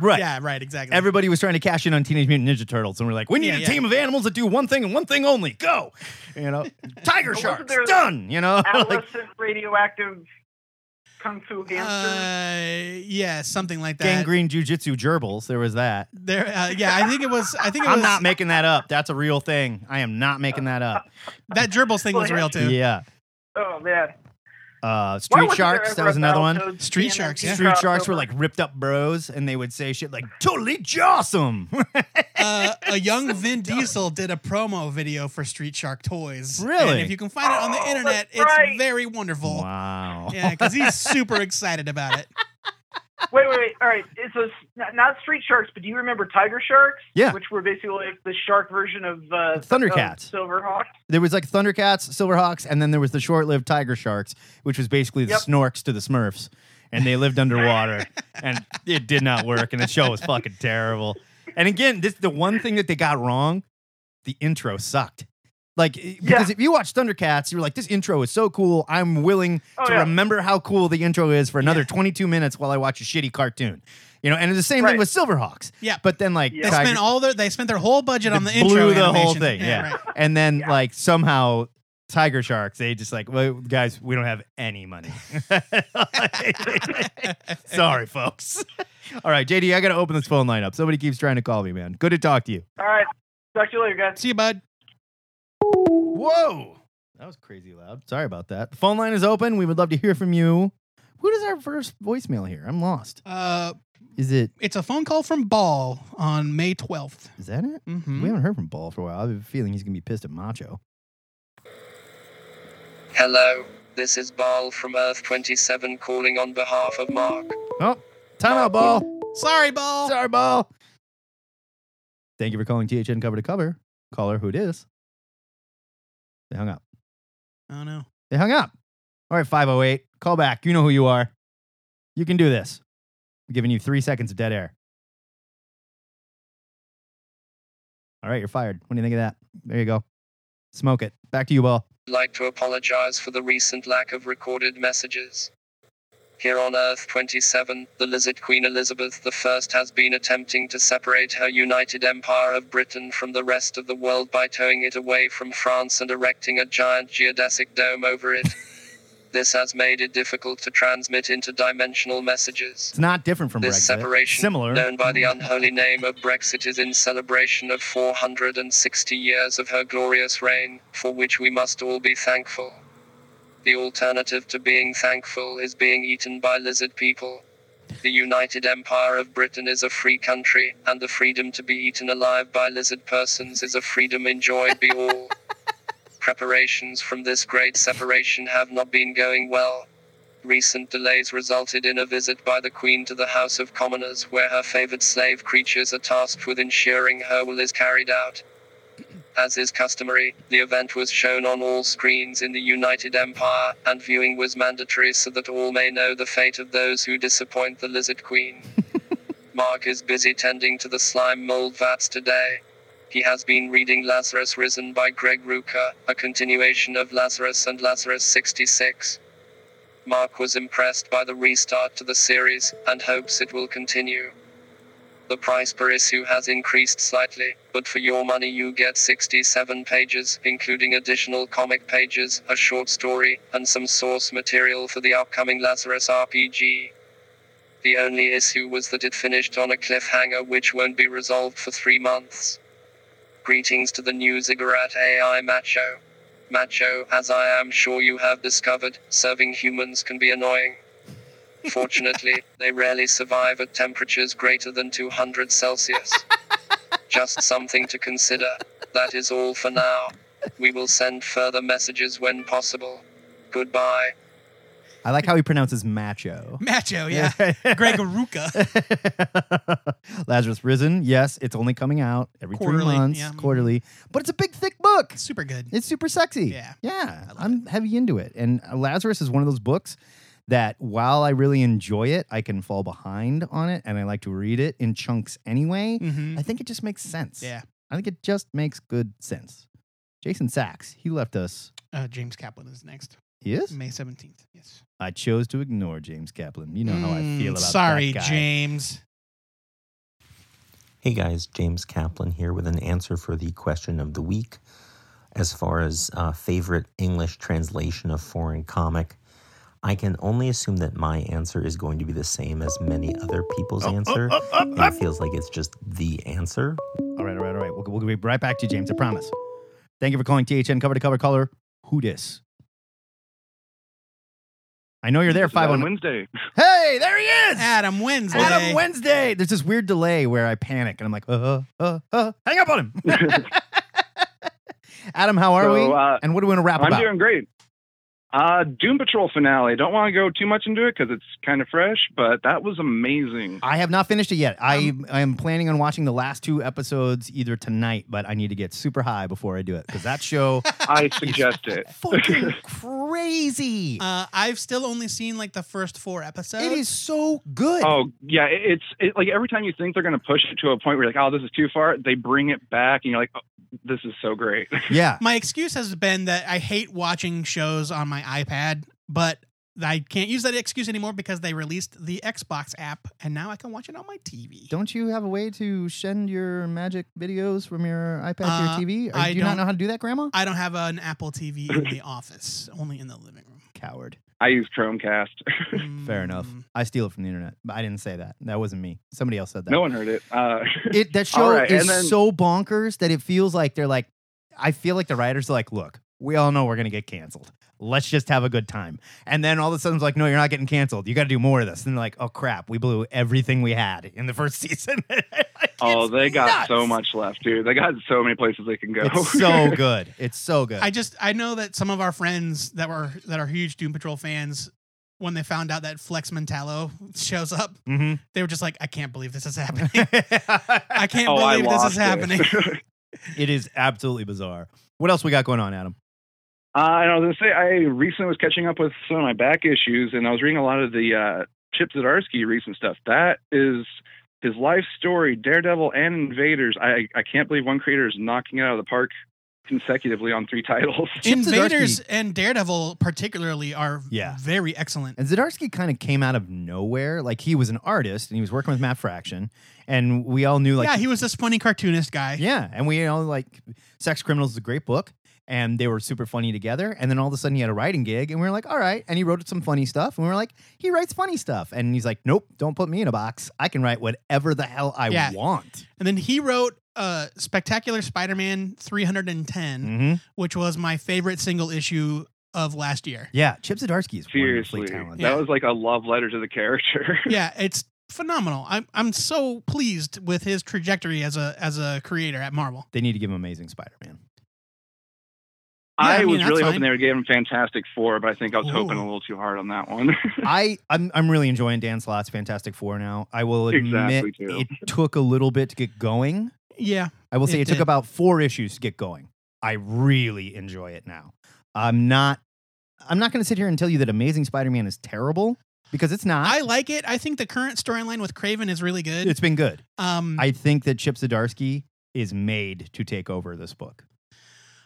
Speaker 3: right?
Speaker 4: Yeah, right, exactly.
Speaker 3: Everybody was trying to cash in on Teenage Mutant Ninja Turtles, and we're like, we need
Speaker 4: Yeah,
Speaker 3: a
Speaker 4: yeah.
Speaker 3: team of animals that do one thing and one thing only. Go, you know, tiger
Speaker 6: But wasn't
Speaker 3: sharks
Speaker 6: there-
Speaker 3: done. You know, Like,
Speaker 6: adolescent radioactive kung fu hamsters.
Speaker 4: uh, yeah, something like that.
Speaker 3: gangrene jujitsu gerbils. There was that.
Speaker 4: There, uh, yeah, I think it was. I think it
Speaker 3: I'm
Speaker 4: was
Speaker 3: not making that up. That's a real thing. I am not making that up.
Speaker 4: that gerbils thing was real too.
Speaker 3: Yeah.
Speaker 6: oh man,
Speaker 3: Uh,
Speaker 6: Why
Speaker 3: street
Speaker 6: wasn't there
Speaker 3: sharks.
Speaker 6: ever
Speaker 3: That was
Speaker 6: a
Speaker 3: another one.
Speaker 6: Battletoads
Speaker 4: Street
Speaker 6: and a
Speaker 4: Sharks, yeah.
Speaker 3: Street sharks
Speaker 6: crossover?
Speaker 3: were like ripped up bros, and they would say shit like "totally jawsome."
Speaker 4: Uh, a young Vin Diesel did a promo video for Street Shark toys.
Speaker 3: Really?
Speaker 4: And if you can find it on the internet,
Speaker 6: Oh, that's right.
Speaker 4: it's very wonderful.
Speaker 3: wow.
Speaker 4: Yeah, because he's super excited about it.
Speaker 6: Wait, wait, wait. All right, it's a, not, not street sharks, but do you remember tiger sharks?
Speaker 3: Yeah.
Speaker 6: which were basically like the shark version of uh,
Speaker 3: Thundercats.
Speaker 6: of Silverhawks.
Speaker 3: There was like Thundercats, Silverhawks, and then there was the short-lived Tiger Sharks, which was basically the
Speaker 6: Yep.
Speaker 3: Snorks to the Smurfs, and they lived underwater, and it did not work, and the show was fucking terrible. And again, this the one thing that they got wrong: the intro sucked. Like i- because if you watch Thundercats, you're like, this intro is so cool. I'm willing
Speaker 6: Oh,
Speaker 3: to
Speaker 6: yeah.
Speaker 3: remember how cool the intro is for another 22 minutes while I watch a shitty cartoon, you know. And it's the same thing
Speaker 6: Right.
Speaker 3: with Silverhawks.
Speaker 4: Yeah.
Speaker 3: but then like
Speaker 4: They
Speaker 6: Yeah.
Speaker 3: Tiger-
Speaker 4: spent all their they spent their whole budget
Speaker 3: They
Speaker 4: on the
Speaker 3: blew
Speaker 4: intro.
Speaker 3: the whole
Speaker 4: animation.
Speaker 3: thing, yeah.
Speaker 4: right.
Speaker 3: And then
Speaker 6: Yeah.
Speaker 3: like somehow tiger sharks, they just like, well, guys, we don't have any money. Sorry, folks. All right, JD, I gotta open this phone line up. Somebody keeps trying to call me, man. Good to talk to you.
Speaker 6: All right, talk to you later, guys.
Speaker 4: See you, bud.
Speaker 3: Whoa. That was crazy loud. Sorry about that. The phone line is open. We would love to hear from you. Who does our first voicemail here? I'm lost.
Speaker 4: Uh,
Speaker 3: Is it
Speaker 4: it's a phone call from Ball on May 12th.
Speaker 3: is that it?
Speaker 4: Mm-hmm.
Speaker 3: We haven't heard from Ball for a while. I have a feeling he's gonna be pissed at Macho.
Speaker 7: Hello, this is Baal from Earth 27 calling on behalf of Mark.
Speaker 3: Oh, time out, Ball.
Speaker 4: Sorry, Ball.
Speaker 3: Sorry, ball. Thank you for calling THN cover to cover. Caller, who it is. They hung up.
Speaker 4: Oh no.
Speaker 3: They hung up. All right, 508. Call back. You know who you are. You can do this. I'm giving you three seconds of dead air. All right, you're fired. What do you think of that? There you go. Smoke it. Back to you, ball.
Speaker 7: Like to apologize for the recent lack of recorded messages. Here on Earth 27, the lizard Queen Elizabeth I has been attempting to separate her United Empire of Britain from the rest of the world by towing it away from France and erecting a giant geodesic dome over it. this has made it difficult to transmit interdimensional messages.
Speaker 3: It's not different from
Speaker 7: This
Speaker 3: Brexit.
Speaker 7: separation,
Speaker 3: Similar.
Speaker 7: known by the unholy name of Brexit, is in celebration of 460 years of her glorious reign, for which we must all be thankful. The alternative to being thankful is being eaten by lizard people. The United Empire of Britain is a free country, and the freedom to be eaten alive by lizard persons is a freedom enjoyed by all. Preparations from this great separation have not been going well. Recent delays resulted in a visit by the Queen to the House of Commoners, where her favored slave creatures are tasked with ensuring her will is carried out. As is customary, the event was shown on all screens in the United Empire, and viewing was mandatory so that all may know the fate of those who disappoint the Lizard Queen. Mark is busy tending to the slime mold vats today. He has been reading Lazarus Risen by Greg Rucka, a continuation of Lazarus and Lazarus 66. Mark was impressed by the restart to the series and hopes it will continue. The price per issue has increased slightly, but for your money you get 67 pages, including additional comic pages, a short story, and some source material for the upcoming Lazarus RPG. The only issue was that it finished on a cliffhanger which won't be resolved for three months. Greetings to the new Ziggurat AI Macho. Macho, as I am sure you have discovered, serving humans can be annoying. Fortunately, they rarely survive at temperatures greater than 200 Celsius. Just something to consider. That is all for now. We will send further messages when possible. Goodbye.
Speaker 3: I like how he pronounces macho.
Speaker 4: Macho, yeah. Gregoruka.
Speaker 3: Lazarus Risen. Yes, it's only coming out every
Speaker 4: Quarterly,
Speaker 3: three months,
Speaker 4: yeah. mm-hmm.
Speaker 3: quarterly. But it's a big, thick book.
Speaker 4: Super good.
Speaker 3: It's super sexy.
Speaker 4: Yeah.
Speaker 3: Yeah. I'm heavy into it. And Lazarus is one of those books that while I really enjoy it, I can fall behind on it and I like to read it in chunks anyway.
Speaker 4: hmm
Speaker 3: I think it just makes sense.
Speaker 4: Yeah.
Speaker 3: I think it just makes good sense. Jason Sachs, he left us.
Speaker 4: Uh, James Kaplan is next.
Speaker 3: He is?
Speaker 4: May 17th. Yes.
Speaker 3: I chose to ignore James Kaplan. You know how I
Speaker 4: Mm,
Speaker 3: feel about
Speaker 4: Sorry,
Speaker 3: that guy.
Speaker 4: James.
Speaker 8: Hey guys, James Kaplan here with an answer for the question of the week. As far as uh, favorite English translation of foreign comic, I can only assume that my answer is going to be the same as many other people's
Speaker 3: Oh,
Speaker 8: answer. and it feels like it's just the answer.
Speaker 3: All right, all right, all right. We'll, we'll be right back to you, James. I promise. Thank you for calling THN Cover to Cover Color. Who dis? I know you're there. Five on
Speaker 5: Wednesday.
Speaker 3: Hey, there he is.
Speaker 4: Adam Wednesday.
Speaker 3: Adam Wednesday. There's this weird delay where I panic and I'm like, uh, uh, uh, hang up on him. Adam, how are
Speaker 9: so,
Speaker 3: we?
Speaker 9: Uh,
Speaker 3: and what do we want to wrap
Speaker 9: I'm
Speaker 3: about?
Speaker 9: doing great. Uh, Doom Patrol finale. Don't want to go too much into it because it's kind of fresh, but that was amazing.
Speaker 3: I have not finished it yet. I I am planning on watching the last two episodes either tonight, but I need to get super high before I do it because that show
Speaker 9: I suggest it.
Speaker 3: fucking crazy.
Speaker 4: Uh, I've still only seen like the first four episodes.
Speaker 3: it is so good.
Speaker 9: Oh yeah, it- it's it, like every time you think they're going to push it to a point where you're like, oh, this is too far, they bring it back, and you're like, oh, this is so great.
Speaker 3: Yeah.
Speaker 4: My excuse has been that I hate watching shows on my iPad, but I can't use that excuse anymore because they released the Xbox app and now I can watch it on my TV.
Speaker 3: Don't you have a way to send your magic videos from your iPad
Speaker 4: Uh,
Speaker 3: to your TV? Or
Speaker 4: I
Speaker 3: do you not
Speaker 4: don't-
Speaker 3: know how to do that, Grandma?
Speaker 4: I don't have an Apple TV in the office, only in the living room.
Speaker 3: Coward.
Speaker 9: I use Chromecast.
Speaker 3: Fair enough.
Speaker 4: Mm.
Speaker 3: I steal it from the internet. But I didn't say that. That wasn't me. Somebody else said that.
Speaker 9: no one heard it. Uh,
Speaker 3: It that
Speaker 9: All
Speaker 3: show
Speaker 9: right,
Speaker 3: is
Speaker 9: and then-
Speaker 3: so bonkers that it feels like they're like I feel like the writers are like, look, we all know we're gonna get canceled. Let's just have a good time. And then all of a sudden it's like, no, you're not getting canceled. You gotta do more of this. And they're like, oh crap, we blew everything we had in the first season. Like,
Speaker 9: oh,
Speaker 3: it's
Speaker 9: they got
Speaker 3: nuts.
Speaker 9: so much left, dude. They got so many places they can go.
Speaker 3: It's so good. It's so good.
Speaker 4: I just I know that some of our friends that were that are huge Doom Patrol fans, when they found out that Flex Mentallo shows up,
Speaker 3: hmm
Speaker 4: they were just like, I can't believe this is happening. I can't
Speaker 9: oh, I
Speaker 4: believe
Speaker 9: lost
Speaker 4: this is
Speaker 9: it.
Speaker 4: happening.
Speaker 3: it is absolutely bizarre. What else we got going on, Adam?
Speaker 9: Uh, and I was going to say, I recently was catching up with some of my back issues, and I was reading a lot of the uh, Chip Zdarsky recent stuff. That is his life story, Daredevil and Invaders. I, I can't believe one creator is knocking it out of the park consecutively on three titles.
Speaker 3: Chip
Speaker 4: Invaders and Daredevil particularly are
Speaker 3: Yeah.
Speaker 4: very excellent.
Speaker 3: And Zdarsky kind of came out of nowhere. Like he was an artist and he was working with Matt Fraction, and we all knew like
Speaker 4: yeah, he was this funny cartoonist guy.
Speaker 3: Yeah, and we all like Sex Criminals is a great book, and they were super funny together. And then all of a sudden he had a writing gig, and we were like, all right. And he wrote some funny stuff, and we were like, he writes funny stuff. And he's like, nope, don't put me in a box. I can write whatever the hell I
Speaker 4: Yeah.
Speaker 3: want.
Speaker 4: And then he wrote uh, Spectacular Spider-Man 310,
Speaker 3: Mm-hmm.
Speaker 4: which was my favorite single issue of last year.
Speaker 3: Yeah, Chip Zdarsky is
Speaker 9: Seriously.
Speaker 3: wonderfully talented.
Speaker 4: Yeah.
Speaker 9: That was like a love letter to the character.
Speaker 4: yeah, it's phenomenal. I'm I'm so pleased with his trajectory as a as a creator at Marvel.
Speaker 3: They need to give him Amazing Spider-Man.
Speaker 4: I
Speaker 9: I,
Speaker 4: mean,
Speaker 9: was
Speaker 4: that's
Speaker 9: really
Speaker 4: fine.
Speaker 9: hoping they would give him Fantastic Four, but I think I was hoping
Speaker 4: Ooh.
Speaker 9: a little too hard on that one.
Speaker 3: I I'm, I'm really enjoying Dan Slott's Fantastic Four now. I will admit
Speaker 9: Exactly, too.
Speaker 3: it took a little bit to get going.
Speaker 4: Yeah,
Speaker 3: I will say
Speaker 4: It
Speaker 3: it, took
Speaker 4: did.
Speaker 3: about four issues to get going. I really enjoy it now. I'm not I'm not going to sit here and tell you that Amazing Spider-Man is terrible because it's not.
Speaker 4: I like it. I think the current storyline with Craven is really good.
Speaker 3: it's been good.
Speaker 4: um,
Speaker 3: I think that Chip Zdarsky is made to take over this book,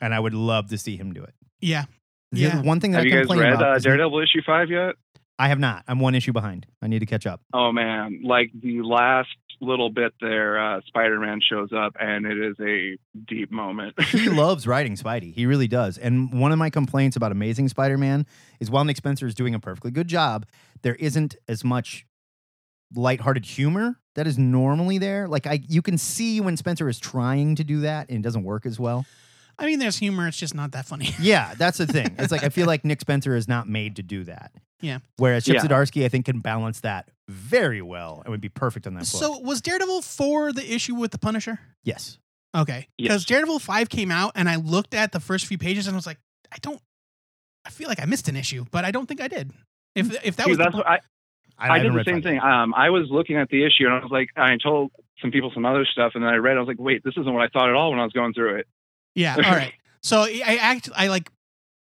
Speaker 3: and I would love to see him do it.
Speaker 4: yeah,
Speaker 3: The
Speaker 4: Yeah.
Speaker 3: one thing that
Speaker 9: Have
Speaker 3: I
Speaker 9: you guys
Speaker 3: complain
Speaker 9: read
Speaker 3: about
Speaker 9: uh,
Speaker 3: is-
Speaker 9: Daredevil issue five yet?
Speaker 3: I have not. I'm one issue behind. I need to catch up.
Speaker 9: Oh man, like the last little bit there, uh, Spider-Man shows up, and it is a deep moment.
Speaker 3: he loves writing Spidey. He really does. And one of my complaints about Amazing Spider-Man is while Nick Spencer is doing a perfectly good job, there isn't as much lighthearted humor that is normally there. Like I you can see when Spencer is trying to do that and it doesn't work as well.
Speaker 4: I mean, there's humor. It's just not that funny.
Speaker 3: Yeah, that's the thing. It's like I feel like Nick Spencer is not made to do that.
Speaker 4: Yeah.
Speaker 3: Whereas Chip
Speaker 9: Yeah.
Speaker 3: Zdarsky, I think, can balance that very well and would be perfect on that book.
Speaker 4: so was Daredevil for the issue with the Punisher?
Speaker 3: Yes.
Speaker 4: Okay, because
Speaker 9: Yes.
Speaker 4: Daredevil five came out, and I looked at the first few pages, and I was like, I don't. I feel like I missed an issue, but I don't think I did. If if that
Speaker 9: Dude,
Speaker 4: was the
Speaker 9: that's what I,
Speaker 3: I
Speaker 9: I, did
Speaker 3: haven't
Speaker 9: the
Speaker 3: read
Speaker 9: same
Speaker 3: Five Guys.
Speaker 9: thing. Um, I was looking at the issue and I was like, I told some people some other stuff, and then I read, I was like, wait, this isn't what I thought at all when I was going through it.
Speaker 4: Yeah. All right. So I I act I like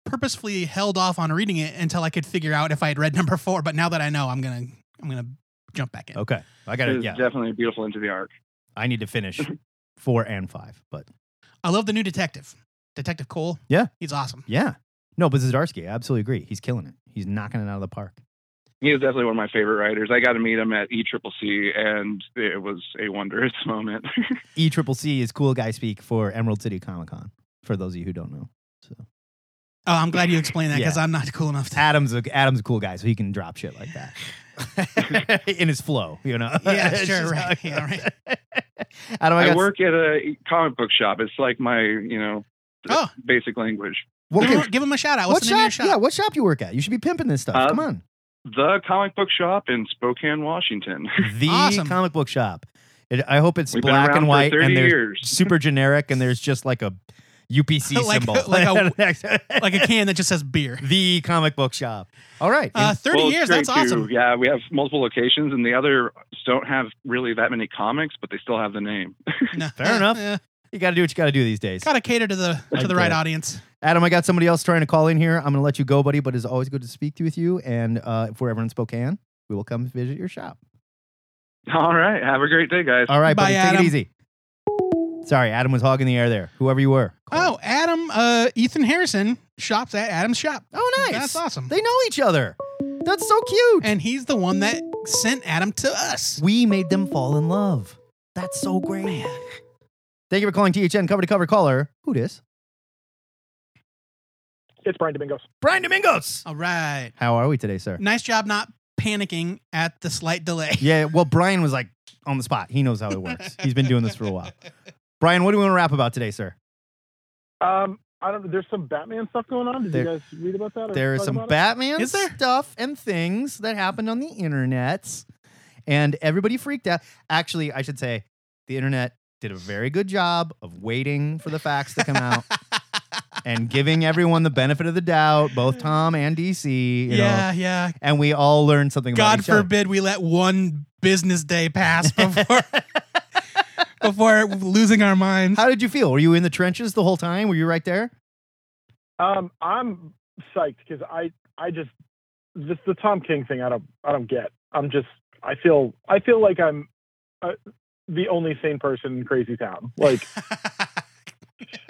Speaker 4: purposefully held off on reading it until I could figure out if I had read number four. But now that I know, I'm gonna I'm gonna jump back in.
Speaker 3: Okay, I got
Speaker 9: It
Speaker 3: it.
Speaker 9: was
Speaker 3: Yeah,
Speaker 9: definitely a beautiful into the arc.
Speaker 3: I need to finish four and five, but
Speaker 4: I love the new detective, Detective Cole.
Speaker 3: Yeah.
Speaker 4: he's awesome.
Speaker 3: yeah, no, but Zdarsky, I absolutely agree. He's killing it. He's knocking it out of the park.
Speaker 9: He is definitely one of my favorite writers. I got to meet him at ECCC, and it was a wondrous moment.
Speaker 3: E Triple C is cool guy speak for Emerald City Comic Con. For those of you who don't know, so
Speaker 4: Oh, I'm glad you explained that because
Speaker 3: Yeah.
Speaker 4: I'm not cool enough to.
Speaker 3: Adam's a, Adam's a cool guy, so he can drop shit like that in his flow. You know?
Speaker 4: Yeah,
Speaker 3: It's
Speaker 4: sure,
Speaker 3: just how
Speaker 4: right.
Speaker 3: it
Speaker 4: Yeah,
Speaker 3: goes. Adam, I,
Speaker 9: I
Speaker 3: got-
Speaker 9: work at a comic book shop. It's like my, you know,
Speaker 4: Oh.
Speaker 9: basic language.
Speaker 3: What,
Speaker 4: Give, him, give him a shout out.
Speaker 3: what
Speaker 4: What's the name
Speaker 3: shop?
Speaker 4: of your
Speaker 3: Yeah,
Speaker 4: shop?
Speaker 3: what shop you work at? You should be pimping this stuff.
Speaker 9: Uh,
Speaker 3: Come on.
Speaker 9: The comic book shop in Spokane, Washington.
Speaker 3: the
Speaker 4: Awesome.
Speaker 3: comic book shop. It, I hope it's
Speaker 9: We've been
Speaker 3: black
Speaker 9: around
Speaker 3: and
Speaker 9: for
Speaker 3: white
Speaker 9: 30
Speaker 3: and they're
Speaker 9: years.
Speaker 3: super generic and there's just like a UPC
Speaker 4: Like-
Speaker 3: symbol.
Speaker 4: like a-
Speaker 3: a,
Speaker 4: Like a can that just says beer.
Speaker 3: the comic book shop. All right.
Speaker 4: Uh, Thirty
Speaker 9: Well, it's
Speaker 4: years.
Speaker 9: great,
Speaker 4: That's
Speaker 9: too.
Speaker 4: awesome.
Speaker 9: Yeah, we have multiple locations, and the other don't have really that many comics, but they still have the name.
Speaker 4: No,
Speaker 3: Fair
Speaker 4: eh,
Speaker 3: enough.
Speaker 4: eh,
Speaker 3: you got to do what you got to do these days.
Speaker 4: gotta cater to the
Speaker 3: I
Speaker 4: to the
Speaker 3: get
Speaker 4: right
Speaker 3: it.
Speaker 4: audience.
Speaker 3: Adam, I got somebody else trying to call in here. I'm going to let you go, buddy, but it's always good to speak to with you. And uh, if we're ever in Spokane, we will come visit your shop.
Speaker 9: All right. Have a great day, guys.
Speaker 3: All right,
Speaker 4: Bye,
Speaker 3: buddy.
Speaker 4: Adam.
Speaker 3: Take it easy. Sorry, Adam was hogging the air there. Whoever you were.
Speaker 4: Oh, Adam, uh, Ethan Harrison shops at Adam's shop.
Speaker 3: Oh, nice.
Speaker 4: That's awesome.
Speaker 3: They know each other. That's so cute.
Speaker 4: and he's the one that sent Adam to us.
Speaker 3: We made them fall in love. That's so great. Thank you for calling THN cover to cover caller. Who dis?
Speaker 10: It's Brian Domingos.
Speaker 3: Brian Domingos.
Speaker 4: All right.
Speaker 3: How are we today, sir?
Speaker 4: Nice job not panicking at the slight delay.
Speaker 3: Yeah, well, Brian was like on the spot. He knows how it works. He's been doing this for a while. Brian, what do we want to rap about today, sir?
Speaker 10: Um, I don't. There's some Batman stuff going on. Did
Speaker 3: There-
Speaker 10: you guys read about that? or
Speaker 3: There is
Speaker 10: talk
Speaker 3: some
Speaker 10: about it?
Speaker 3: Batman
Speaker 4: Is there?
Speaker 3: stuff and things that happened on the internet, and everybody freaked out. Actually, I should say the internet did a very good job of waiting for the facts to come out and giving everyone the benefit of the doubt, both Tom and DC. You know,
Speaker 4: yeah, yeah.
Speaker 3: and we all learned something about
Speaker 4: God
Speaker 3: each other.
Speaker 4: forbid we let one business day pass before before losing our minds.
Speaker 3: How did you feel? Were you in the trenches the whole time? Were you right there?
Speaker 10: Um, I'm psyched because I I just this the Tom King thing. I don't I don't get. I'm just I feel I feel like I'm uh, the only sane person in Crazy Town. Like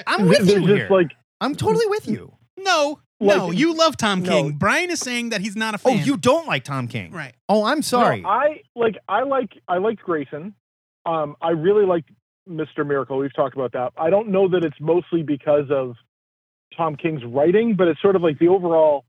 Speaker 3: I'm with
Speaker 10: there's
Speaker 3: you
Speaker 10: just
Speaker 3: here.
Speaker 10: like
Speaker 3: I'm totally with you.
Speaker 4: no,
Speaker 10: Like-
Speaker 4: no, you love Tom
Speaker 10: No.
Speaker 4: King. Brian is saying that he's not a
Speaker 3: Oh,
Speaker 4: fan.
Speaker 3: you don't like Tom King.
Speaker 4: right?
Speaker 3: Oh, I'm sorry.
Speaker 10: No, I like I like I liked Grayson. Um, I really liked Mr. Miracle. We've talked about that. I don't know that it's mostly because of Tom King's writing, but it's sort of like the overall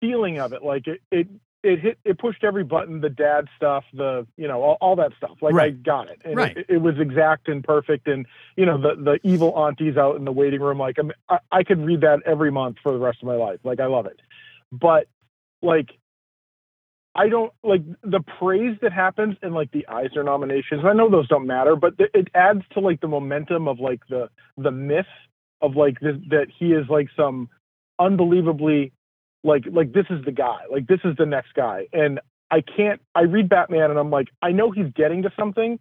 Speaker 10: feeling of it. Like it it it hit it pushed every button. The dad stuff, the you know all, all that stuff. Like I
Speaker 3: Right.
Speaker 10: got it. And
Speaker 3: Right.
Speaker 10: It, it was exact and perfect. And you know the the evil aunties out in the waiting room. Like I'm, I I could read that every month for the rest of my life. Like I love it. But like I don't like the praise that happens in like the Eisner nominations. I know those don't matter, but th- it adds to like the momentum of like the the myth of like this, that he is like some unbelievably like like this is the guy, like this is the next guy. And I can't. I read Batman and I'm like, I know he's getting to something.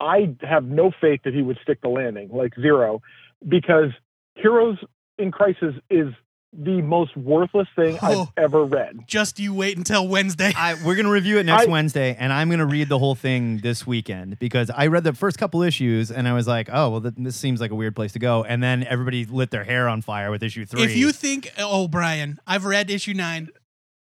Speaker 10: I have no faith that he would stick the landing, like zero, because Heroes in Crisis is the most worthless thing
Speaker 4: Oh.
Speaker 10: I've ever read.
Speaker 4: Just you wait until Wednesday.
Speaker 3: I, we're going to review it next
Speaker 10: I-
Speaker 3: Wednesday, and I'm going to read the whole thing this weekend because I read the first couple issues and I was like, oh, well, th- this seems like a weird place to go. And then everybody lit their hair on fire with issue three.
Speaker 4: If you think, oh, Brian, I've read issue nine.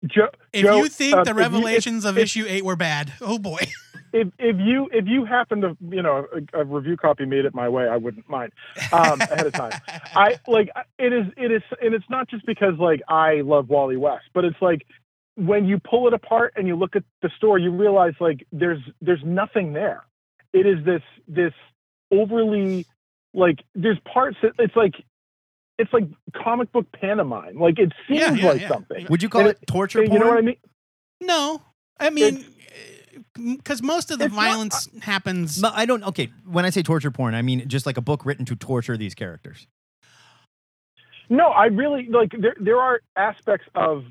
Speaker 10: Jo-
Speaker 4: If
Speaker 10: Joe,
Speaker 4: you think the
Speaker 10: uh, if you- if-
Speaker 4: revelations of
Speaker 10: if-
Speaker 4: issue eight were bad, oh boy.
Speaker 10: if if you if you happen to you know a, a review copy made it my way, I wouldn't mind um, ahead of time. I like it is it is and it's not just because like I love Wally West, but it's like when you pull it apart and you look at the story, you realize like there's there's nothing there. It is this this overly like there's parts that it's like it's like comic book pantomime. Like it seems
Speaker 4: Yeah, yeah,
Speaker 10: like
Speaker 4: yeah.
Speaker 10: something.
Speaker 3: Would you call
Speaker 10: And
Speaker 3: it torture
Speaker 10: You
Speaker 3: porn?
Speaker 10: know what I mean?
Speaker 4: No, I mean, because most of the
Speaker 10: It's not- uh,
Speaker 4: violence happens.
Speaker 3: But I don't. Okay, when I say torture porn, I mean just like a book written to torture these characters.
Speaker 10: No, I really like there. There are aspects of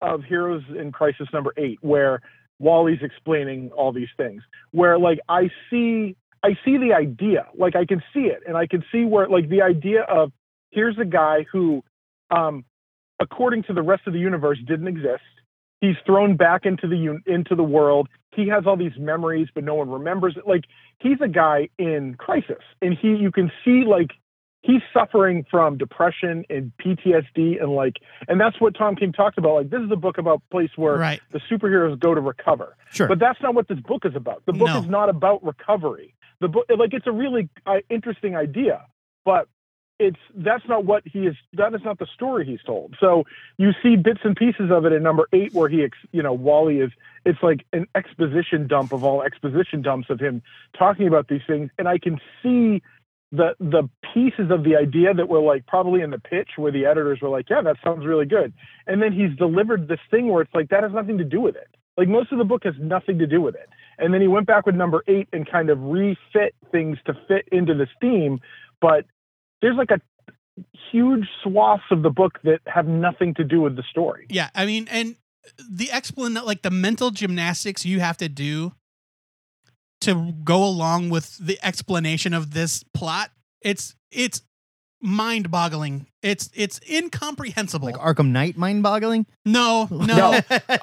Speaker 10: of Heroes in Crisis number eight, where Wally's explaining all these things, where like I see I see the idea, like I can see it, and I can see where like the idea of here's a guy who, um, according to the rest of the universe, didn't exist. He's thrown back into the un- into the world. He has all these memories, but no one remembers it. Like he's a guy in crisis, and he you can see like he's suffering from depression and PTSD, and like and that's what Tom King talked about. Like this is a book about a place where
Speaker 4: Right.
Speaker 10: the superheroes go to recover.
Speaker 3: Sure.
Speaker 10: But that's not what this book is about. The book
Speaker 4: No.
Speaker 10: is not about recovery. The book, like, it's a really uh, interesting idea, but it's that's not what he is. That is not the story he's told. So you see bits and pieces of it in number eight, where he, ex, you know, Wally is. It's like an exposition dump of all exposition dumps of him talking about these things, and I can see the the pieces of the idea that were like probably in the pitch where the editors were like, yeah, that sounds really good, and then he's delivered this thing where it's like that has nothing to do with it. Like most of the book has nothing to do with it. And then he went back with number eight and kind of refit things to fit into this theme. But there's like a huge swaths of the book that have nothing to do with the story.
Speaker 4: Yeah, I mean, and the explan like the mental gymnastics you have to do to go along with the explanation of this plot, it's it's mind-boggling. It's it's incomprehensible.
Speaker 3: Like Arkham Knight mind boggling?
Speaker 4: no, no.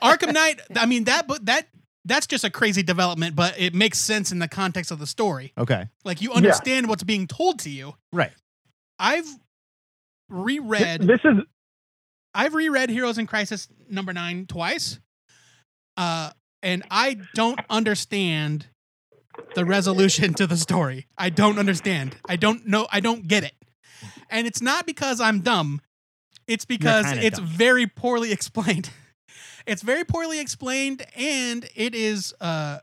Speaker 4: Arkham Knight, I mean that but that that's just a crazy development, but it makes sense in the context of the story.
Speaker 3: okay.
Speaker 4: Like you understand what's being told to you.
Speaker 3: Right.
Speaker 4: I've
Speaker 10: Th-
Speaker 4: reread
Speaker 10: This is
Speaker 4: I've reread Heroes in Crisis number nine twice, uh, and I don't understand the resolution to the story. I don't understand. I don't know. I don't get it, and it's not because I'm dumb. It's because
Speaker 3: kinda
Speaker 4: it's
Speaker 3: dumb.
Speaker 4: very poorly explained. it's very poorly explained, and it is uh,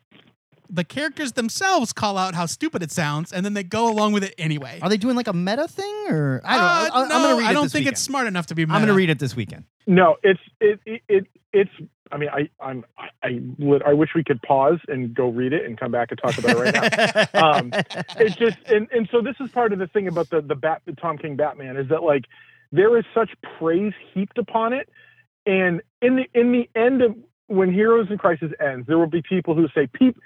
Speaker 4: the characters themselves call out how stupid it sounds, and then they go along with it anyway.
Speaker 3: Are they doing like a meta thing or I don't know. I,
Speaker 4: Uh,
Speaker 3: I- I'm
Speaker 4: no,
Speaker 3: gonna read
Speaker 4: I
Speaker 3: it
Speaker 4: don't
Speaker 3: this
Speaker 4: think
Speaker 3: weekend.
Speaker 4: it's smart enough to be. Meta.
Speaker 3: I'm gonna read it this weekend.
Speaker 10: no, it's it it, it it's I mean I I'm I I, lit- I wish we could pause and go read it and come back and talk about it right now. Um, it's just and, and so this is part of the thing about the the bat the Tom King Batman is that like there is such praise heaped upon it, and in the in the end of when Heroes in Crisis ends, there will be people who say, "Peep,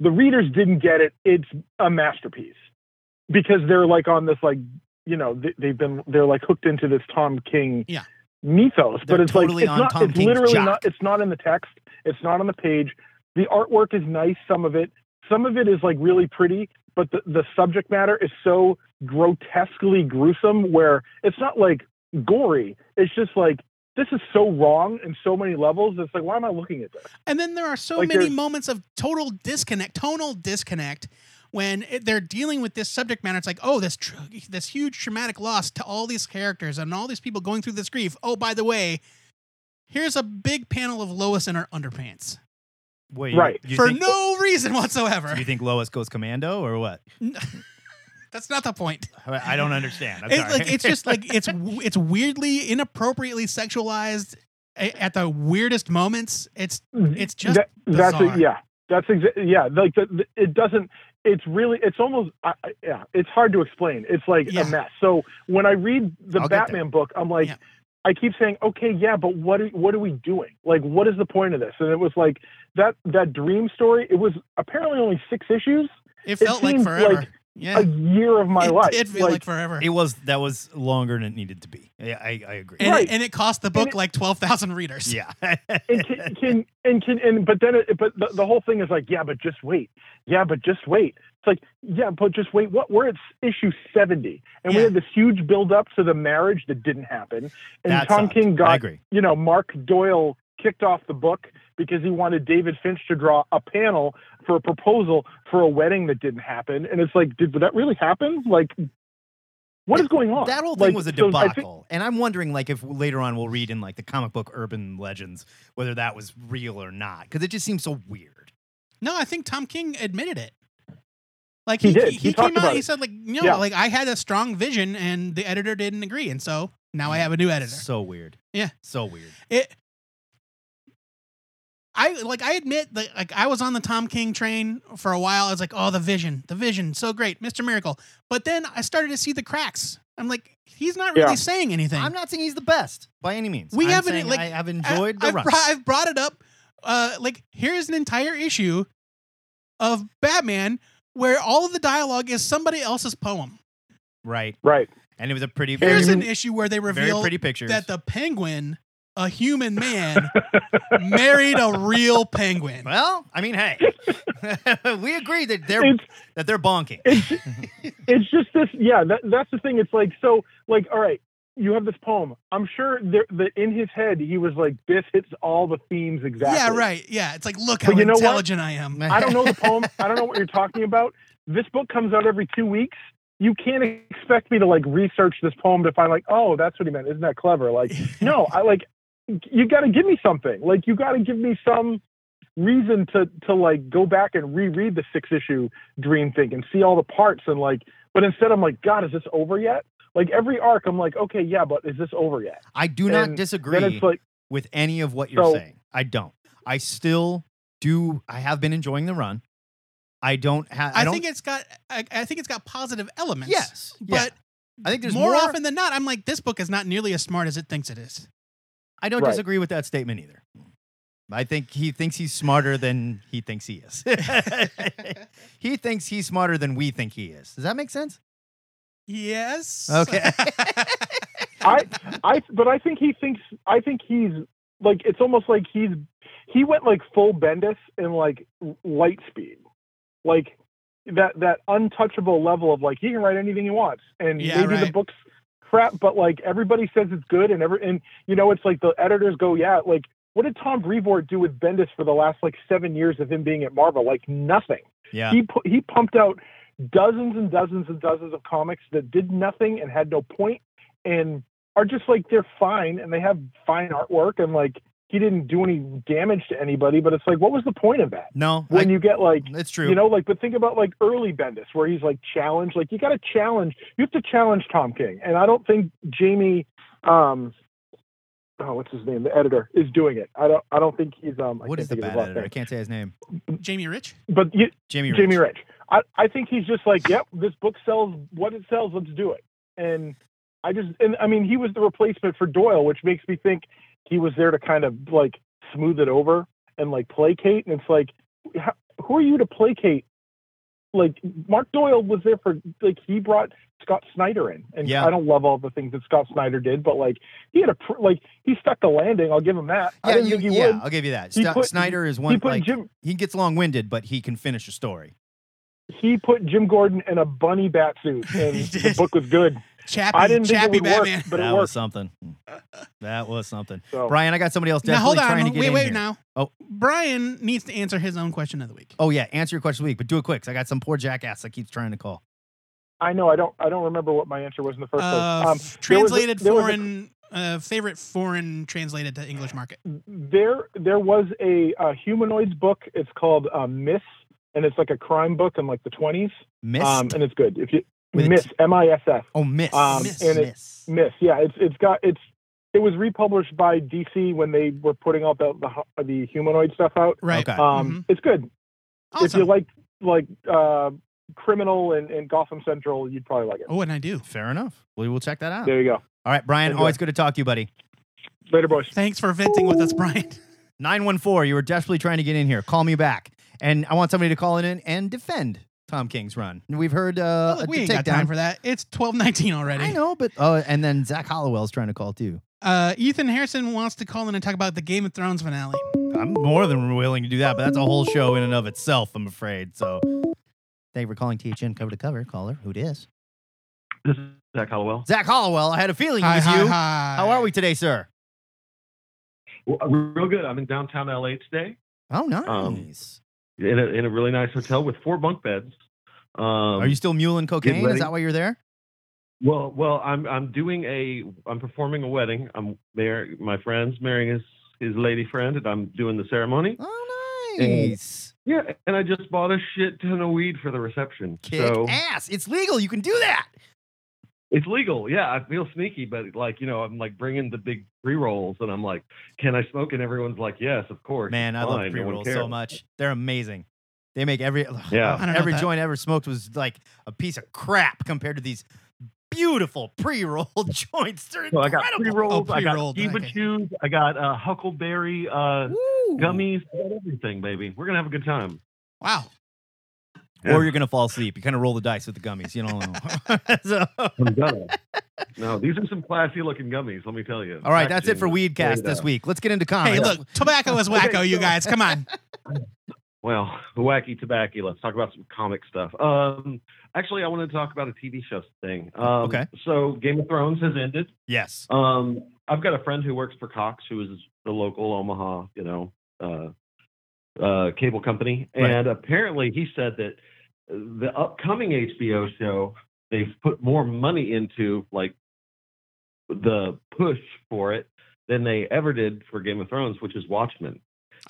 Speaker 10: the readers didn't get it. It's a masterpiece," because they're like on this like you know they, they've been they're like hooked into this Tom King
Speaker 4: Yeah.
Speaker 10: mythos,
Speaker 3: They're
Speaker 10: but it's
Speaker 3: totally
Speaker 10: like
Speaker 3: on
Speaker 10: it's not
Speaker 3: Tom
Speaker 10: it's
Speaker 3: King's
Speaker 10: literally
Speaker 3: jock.
Speaker 10: not it's not in the text, it's not on the page. The artwork is nice, some of it. Some of it is like really pretty, but the, the subject matter is so grotesquely gruesome where it's not like gory. It's just like this is so wrong in so many levels. It's like why am I looking at this?
Speaker 4: And then there are so
Speaker 10: Like
Speaker 4: many
Speaker 10: there's-
Speaker 4: moments of total disconnect, tonal disconnect, when it, they're dealing with this subject matter. It's like, oh, this tr- this huge traumatic loss to all these characters and all these people going through this grief. Oh, by the way, here's a big panel of Lois in her underpants
Speaker 3: Wait,
Speaker 10: Right.
Speaker 4: for
Speaker 3: think,
Speaker 4: no reason whatsoever.
Speaker 3: Do you think Lois goes commando or what?
Speaker 4: That's not the point.
Speaker 3: I I don't understand. I'm
Speaker 4: It's
Speaker 3: sorry.
Speaker 4: like it's just like it's w- it's weirdly inappropriately sexualized a- at the weirdest moments. It's it's just
Speaker 10: Mm-hmm. That- that's
Speaker 4: bizarre.
Speaker 10: a, yeah. That's exa- yeah. Like the, the, it doesn't. It's really. It's almost. I, I- yeah. It's hard to explain. It's like
Speaker 4: Yeah.
Speaker 10: a mess. So when I read the
Speaker 3: I'll get there.
Speaker 10: Batman book, I'm like,
Speaker 4: Yeah.
Speaker 10: I keep saying, okay, yeah, but what are, what are we doing? Like, what is the point of this? And it was like that that dream story. It was apparently only six issues.
Speaker 4: it
Speaker 10: It
Speaker 4: felt like
Speaker 10: seems
Speaker 4: forever.
Speaker 10: like
Speaker 3: yeah.
Speaker 10: A year of my
Speaker 4: it
Speaker 10: life.
Speaker 4: did feel like, forever.
Speaker 3: It was that was longer than it needed to be. Yeah, I, I agree.
Speaker 4: and,
Speaker 10: Right.
Speaker 4: it, and it cost the book
Speaker 10: it-
Speaker 4: like 12,000 readers.
Speaker 3: yeah.
Speaker 10: and can, can and can and but then it, but the, the whole thing is like yeah but just wait yeah but just wait it's like yeah but just wait what we're at issue 70 and we
Speaker 4: Yeah.
Speaker 10: had this huge build up to the marriage that didn't happen and
Speaker 3: That
Speaker 10: tom
Speaker 3: sucked.
Speaker 10: king
Speaker 3: I
Speaker 10: got
Speaker 3: agree.
Speaker 10: you know mark doyle kicked off the book because he wanted david finch to draw a panel for a proposal for a wedding that didn't happen and it's like did that really happen like what is going on
Speaker 3: That whole thing
Speaker 10: Like,
Speaker 3: was a
Speaker 10: so I think-
Speaker 3: debacle, and I'm wondering, like, if later on we'll read in like the comic book urban legends whether that was real or not, because it just seems so weird.
Speaker 4: No, I think Tom King admitted it. Like
Speaker 10: He
Speaker 4: he,
Speaker 10: did.
Speaker 4: he,
Speaker 10: He
Speaker 4: he
Speaker 10: talked
Speaker 4: came out,
Speaker 10: about
Speaker 4: he
Speaker 10: it.
Speaker 4: said like, you know,
Speaker 10: Yeah.
Speaker 4: like I had a strong vision and the editor didn't agree. And so now I have a new editor.
Speaker 3: So weird.
Speaker 4: Yeah.
Speaker 3: So weird.
Speaker 4: It, I like I admit that like I was on the Tom King train for a while. I was like, oh, the vision, the vision, so great, Mr. Miracle. But then I started to see the cracks I'm like, he's not really
Speaker 10: Yeah.
Speaker 4: saying anything.
Speaker 3: I'm not saying he's the best by any means.
Speaker 4: We
Speaker 3: I'm
Speaker 4: haven't,
Speaker 3: saying
Speaker 4: like-
Speaker 3: I have enjoyed the
Speaker 4: I've,
Speaker 3: run.
Speaker 4: br- I've brought it up. Uh, like here's an entire issue of Batman where all of the dialogue is somebody else's poem.
Speaker 3: right,
Speaker 10: Right.
Speaker 3: and it was a pretty,
Speaker 4: Here's
Speaker 3: very,
Speaker 4: an issue where they
Speaker 3: very
Speaker 4: reveal
Speaker 3: pretty pictures.
Speaker 4: that the penguin, a human man, married a real penguin.
Speaker 3: well, I mean, hey, we agree that they're
Speaker 10: It's-
Speaker 3: that they're bonking.
Speaker 10: it's just this yeah that, that's the thing it's like so like all right you have this poem i'm sure there, that in his head he was like this hits all the themes exactly
Speaker 4: Yeah, right. Yeah, it's like look how
Speaker 10: But you know what?
Speaker 4: intelligent I am.
Speaker 10: i don't know the poem i don't know what you're talking about this book comes out every two weeks you can't expect me to like research this poem to find like oh that's what he meant isn't that clever like no i like you got to give me something like you got to give me some reason to to like go back and reread the six issue dream thing and see all the parts and like but instead i'm like god is this over yet like every arc i'm like okay yeah but is this over yet
Speaker 3: I do not
Speaker 10: And then
Speaker 3: disagree
Speaker 10: it's like
Speaker 3: with any of what you're
Speaker 10: So-
Speaker 3: saying. I don't. I still do. I have been enjoying the run. I don't have.
Speaker 4: I,
Speaker 3: don't,
Speaker 4: think it's got. I, I think it's got positive elements.
Speaker 3: yes, yeah.
Speaker 4: but
Speaker 3: I think there's
Speaker 4: more,
Speaker 3: more
Speaker 4: often than not, I'm like this book is not nearly as smart as it thinks it is.
Speaker 3: I don't
Speaker 10: Right.
Speaker 3: disagree with that statement either. I think he thinks he's smarter than he thinks he is. he thinks he's smarter than we think he is. Does that make sense?
Speaker 4: Yes.
Speaker 3: Okay.
Speaker 10: I, I, but I think he thinks. I think he's like it's almost like he's he went like full Bendis in like light speed, like that that untouchable level of like he can write anything he wants, and
Speaker 4: Yeah,
Speaker 10: maybe the
Speaker 4: right.
Speaker 10: books crap, but like everybody says it's good, and every and you know it's like the editors go yeah, like what did Tom Brevoort do with Bendis for the last like seven years of him being at Marvel? Like nothing
Speaker 3: Yeah.
Speaker 10: he pu- he pumped out dozens and dozens and dozens of comics that did nothing and had no point and are just like they're fine and they have fine artwork and like he didn't do any damage to anybody but it's like what was the point of that
Speaker 3: No. I-
Speaker 10: when you get like
Speaker 3: it's true.
Speaker 10: you know like but think about like early bendis where he's like challenged like you got to challenge you have to challenge tom king and i don't think jamie um oh what's his name the editor is doing it i don't i don't think he's um I
Speaker 3: what
Speaker 10: can't
Speaker 3: is the
Speaker 10: think of his
Speaker 3: bad
Speaker 10: last
Speaker 3: editor? I
Speaker 10: name.
Speaker 3: can't say his name.
Speaker 4: Jamie Rich.
Speaker 10: but you,
Speaker 3: Jamie. Rich.
Speaker 10: Jamie Rich. I, I think he's just like, yep, this book sells what it sells. Let's do it. And I just, and I mean, he was the replacement for Doyle, which makes me think he was there to kind of like smooth it over and like placate. And it's like, h- who are you to placate? Like Mark Doyle was there for like he brought Scott Snyder in, and
Speaker 3: Yeah.
Speaker 10: I don't love all the things that Scott Snyder did, but like he had a pr- like he stuck the landing. I'll give him that. I
Speaker 3: Yeah,
Speaker 10: didn't
Speaker 3: you-
Speaker 10: think he
Speaker 3: yeah,
Speaker 10: would.
Speaker 3: I'll give you that.
Speaker 10: He
Speaker 3: Sta-
Speaker 10: put-
Speaker 3: Snyder is
Speaker 10: He
Speaker 3: one
Speaker 10: put
Speaker 3: like
Speaker 10: Jim.
Speaker 3: he gets long-winded, but he can finish a story.
Speaker 10: He put Jim Gordon in a bunny bat suit, and
Speaker 4: He
Speaker 10: the
Speaker 4: did.
Speaker 10: book was good.
Speaker 4: Chappy.
Speaker 10: I didn't
Speaker 4: Chappy
Speaker 10: think it would
Speaker 4: Batman.
Speaker 10: work, but
Speaker 3: that
Speaker 10: it
Speaker 3: was
Speaker 10: worked.
Speaker 3: something. That was something.
Speaker 10: So.
Speaker 3: Brian, I got somebody else
Speaker 4: Now
Speaker 3: definitely
Speaker 4: hold
Speaker 3: trying to
Speaker 4: on.
Speaker 3: get
Speaker 4: Wait,
Speaker 3: in
Speaker 4: wait.
Speaker 3: here.
Speaker 4: Now.
Speaker 3: Oh.
Speaker 4: Brian needs to answer his own question of the week.
Speaker 3: Oh yeah, answer your question of the week, but do it quick. 'cause I got some poor jackass that keeps trying to call.
Speaker 10: I know I don't I don't remember what my answer was in the first
Speaker 4: Uh,
Speaker 10: place. Um,
Speaker 4: f- translated
Speaker 10: there was a-
Speaker 4: foreign. uh, favorite foreign translated to English market.
Speaker 10: there there was a, uh humanoids book. It's called uh, Miss, and it's like a crime book in like the twenties.
Speaker 3: Miss.
Speaker 10: Um, and it's good if you
Speaker 3: With a
Speaker 10: Miss
Speaker 3: T.
Speaker 10: M I S S
Speaker 3: oh, miss.
Speaker 10: um,
Speaker 3: miss.
Speaker 10: and it-
Speaker 3: miss.
Speaker 10: Miss. Yeah, it's it's got it's it was republished by DC when they were putting out the the, hu- the humanoid stuff out.
Speaker 4: Right.
Speaker 3: Okay.
Speaker 10: Um,
Speaker 4: Mhm.
Speaker 10: It's good if you
Speaker 4: Awesome.
Speaker 10: like like uh, criminal and, and Gotham Central, you'd probably like it.
Speaker 4: Oh, and I do.
Speaker 3: Fair enough. We will check that out.
Speaker 10: There you go.
Speaker 3: All right, Brian,
Speaker 10: Enjoy.
Speaker 3: always good to talk to you, buddy.
Speaker 10: Later, boys.
Speaker 4: Thanks for venting with us, Brian.
Speaker 3: 914, you were desperately trying to get in here. Call me back. And I want somebody to call in and defend Tom King's run. We've heard uh,
Speaker 4: Look,
Speaker 3: a
Speaker 4: we ain't got time
Speaker 3: takedown.
Speaker 4: for that. It's twelve nineteen already.
Speaker 3: I know, but oh, and then Zach Hollowell's trying to call too.
Speaker 4: Uh, Ethan Harrison wants to call in and talk about the Game of Thrones finale.
Speaker 3: I'm more than willing to do that, but that's a whole show in and of itself, I'm afraid. So thank you for calling THN cover to cover. Caller, who it is?
Speaker 11: This is Zach Hollowell.
Speaker 3: Zach Hollowell. I had a feeling it was you. How are we today, sir?
Speaker 11: Well, uh, real good. I'm in downtown LA today Um,
Speaker 3: Oh, nice.
Speaker 11: in a, in a really nice hotel with four bunk beds. Um,
Speaker 3: Are you still muling cocaine? Is
Speaker 11: ready.
Speaker 3: that why you're there?
Speaker 11: Well, well, I'm I'm doing a I'm performing a wedding. I'm mar- my friend's marrying his his lady friend, and I'm doing the ceremony.
Speaker 3: Oh,
Speaker 11: Yeah.
Speaker 3: nice.
Speaker 11: Yeah, and I just bought a shit ton of weed for the reception.
Speaker 3: Kick
Speaker 11: so
Speaker 3: ass. It's legal. You can do that.
Speaker 11: it's legal. Yeah, I feel sneaky, but like you know, I'm like bringing the big pre rolls, and I'm like, can I smoke? And everyone's like, yes, of course.
Speaker 3: Man, I
Speaker 11: It's
Speaker 3: love
Speaker 11: fine.
Speaker 3: pre
Speaker 11: No one
Speaker 3: rolls so
Speaker 11: cares."
Speaker 3: much. They're amazing. They make every
Speaker 11: Yeah.
Speaker 3: ugh,
Speaker 4: I don't know
Speaker 3: every
Speaker 4: that-
Speaker 3: joint ever smoked was like a piece of crap compared to these beautiful pre-roll joints. They're
Speaker 11: So I got
Speaker 3: incredible. Oh,
Speaker 11: pre rolls, I got
Speaker 4: pre-rolled,
Speaker 11: Cuba
Speaker 4: okay.
Speaker 11: chews, I got uh, huckleberry uh,
Speaker 3: Woo.
Speaker 11: gummies, I got everything, baby. We're gonna have a good time.
Speaker 4: Wow.
Speaker 11: Yeah.
Speaker 3: Or you're gonna fall asleep. You kind of roll the dice with the gummies. You don't know. So-
Speaker 11: I'm done. Oh no, these are some classy looking gummies. Let me tell you.
Speaker 3: all right, that's it for
Speaker 11: Packaging,
Speaker 3: Weedcast this
Speaker 11: data.
Speaker 3: week. Let's get into
Speaker 4: Hey,
Speaker 3: comments.
Speaker 4: look, tobacco is wacko, you guys. Come on.
Speaker 11: Well, the wacky tobacco. Let's talk about some comic stuff. Um, actually, I want to talk about a TV show thing. Um,
Speaker 3: Okay.
Speaker 11: So Game of Thrones has ended.
Speaker 3: Yes.
Speaker 11: Um, I've got a friend who works for Cox, who is the local Omaha, you know, uh, uh, cable company,
Speaker 3: Right.
Speaker 11: and apparently he said that uh, the upcoming HBO show they've put more money into like the push for it than they ever did for Game of Thrones, which is Watchmen.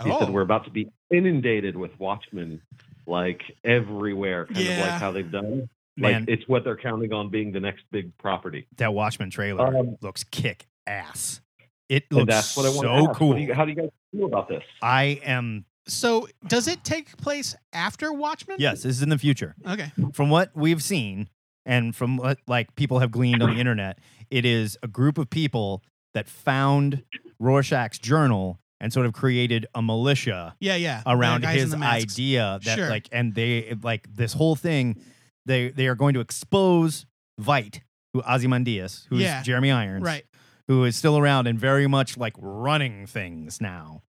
Speaker 11: He said
Speaker 4: Oh.
Speaker 11: we're about to be inundated with Watchmen, like everywhere, kind of
Speaker 4: Yeah.
Speaker 11: like how they've done. Like
Speaker 3: Man,
Speaker 11: it's what they're counting on being the next big property.
Speaker 3: that Watchmen trailer
Speaker 11: Um,
Speaker 3: looks kick ass. It
Speaker 11: and
Speaker 3: looks
Speaker 11: that's what I want.
Speaker 3: so
Speaker 11: to ask.
Speaker 3: cool.
Speaker 11: What do you, how do you guys feel about this?
Speaker 3: I am
Speaker 4: So, does it take place after Watchmen?
Speaker 3: yes, this is in the future.
Speaker 4: Okay.
Speaker 3: From what we've seen and from what like people have gleaned on the internet, it is a group of people that found Rorschach's journal and sort of created a militia
Speaker 4: Yeah, yeah.
Speaker 3: around
Speaker 4: The guys in
Speaker 3: his
Speaker 4: the masks.
Speaker 3: idea that
Speaker 4: Sure.
Speaker 3: like and they like this whole thing they they are going to expose Vite, who Ozymandias, who's
Speaker 4: Yeah.
Speaker 3: Jeremy Irons,
Speaker 4: Right.
Speaker 3: who is still around and very much like running things now.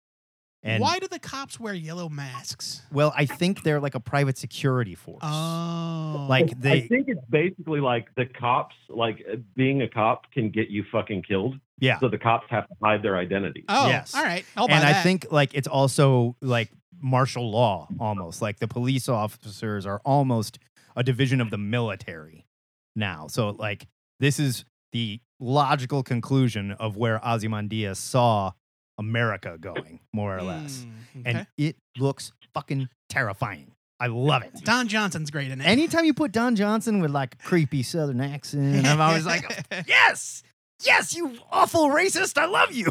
Speaker 3: And
Speaker 4: Why do the cops wear yellow masks?
Speaker 3: well, I think they're like a private security force.
Speaker 4: Oh.
Speaker 3: like
Speaker 11: I
Speaker 3: they
Speaker 11: think it's basically like the cops, like uh, being a cop can get you fucking killed.
Speaker 3: Yeah.
Speaker 11: So the cops have to hide their identity.
Speaker 4: Oh,
Speaker 3: yes.
Speaker 4: all right. I'll buy
Speaker 3: and I
Speaker 4: that.
Speaker 3: think like it's also like martial law almost. Like the police officers are almost a division of the military now. So like this is the logical conclusion of where Ozymandias saw America going, more or less.
Speaker 4: Mm, okay.
Speaker 3: And it looks fucking terrifying. I love it.
Speaker 4: Don Johnson's great in it.
Speaker 3: Anytime you put Don Johnson with like a creepy southern accent, I'm always like, yes, yes, you awful racist. I love you.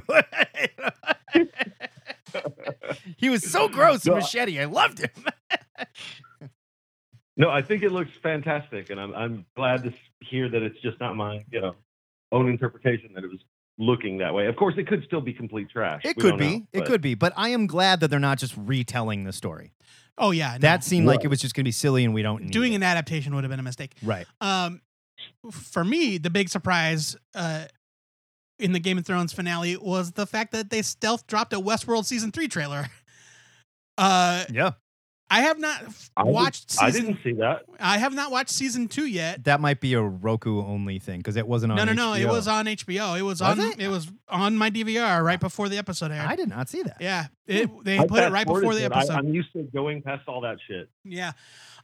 Speaker 3: he was so gross,
Speaker 11: No, I-
Speaker 3: Machete. I loved him.
Speaker 11: No, I think it looks fantastic, and I'm I'm glad to s- hear that it's just not my you know own interpretation that it was looking that way. Of course, it could still be complete trash.
Speaker 3: It
Speaker 11: We
Speaker 3: could
Speaker 11: don't
Speaker 3: be.
Speaker 11: know,
Speaker 3: it
Speaker 11: but-
Speaker 3: could be. But I am glad that they're not just retelling the story.
Speaker 4: oh yeah, no.
Speaker 3: That seemed like
Speaker 11: Right.
Speaker 3: it was just going to be silly and we don't need
Speaker 4: doing
Speaker 3: it.
Speaker 4: an adaptation would have been a mistake.
Speaker 3: Right.
Speaker 4: Um, for me, the big surprise uh, in the Game of Thrones finale was the fact that they stealth dropped a Westworld season three trailer. Uh,
Speaker 3: Yeah.
Speaker 4: I have not f-
Speaker 11: I did-
Speaker 4: watched.
Speaker 11: I
Speaker 4: season,
Speaker 11: didn't see that.
Speaker 4: I have not watched season two yet.
Speaker 3: That might be a Roku only thing because it wasn't on
Speaker 4: No, no, no. It
Speaker 3: HBO.
Speaker 4: was on HBO. It was,
Speaker 3: Was
Speaker 4: on.
Speaker 3: it?
Speaker 4: It? was on my DVR right before the episode aired.
Speaker 3: I did not see that.
Speaker 4: yeah, it, they
Speaker 11: I
Speaker 4: put it right before
Speaker 11: fast-forwarded
Speaker 4: the
Speaker 11: it. I-
Speaker 4: episode.
Speaker 11: I'm used to going past all that shit.
Speaker 4: yeah,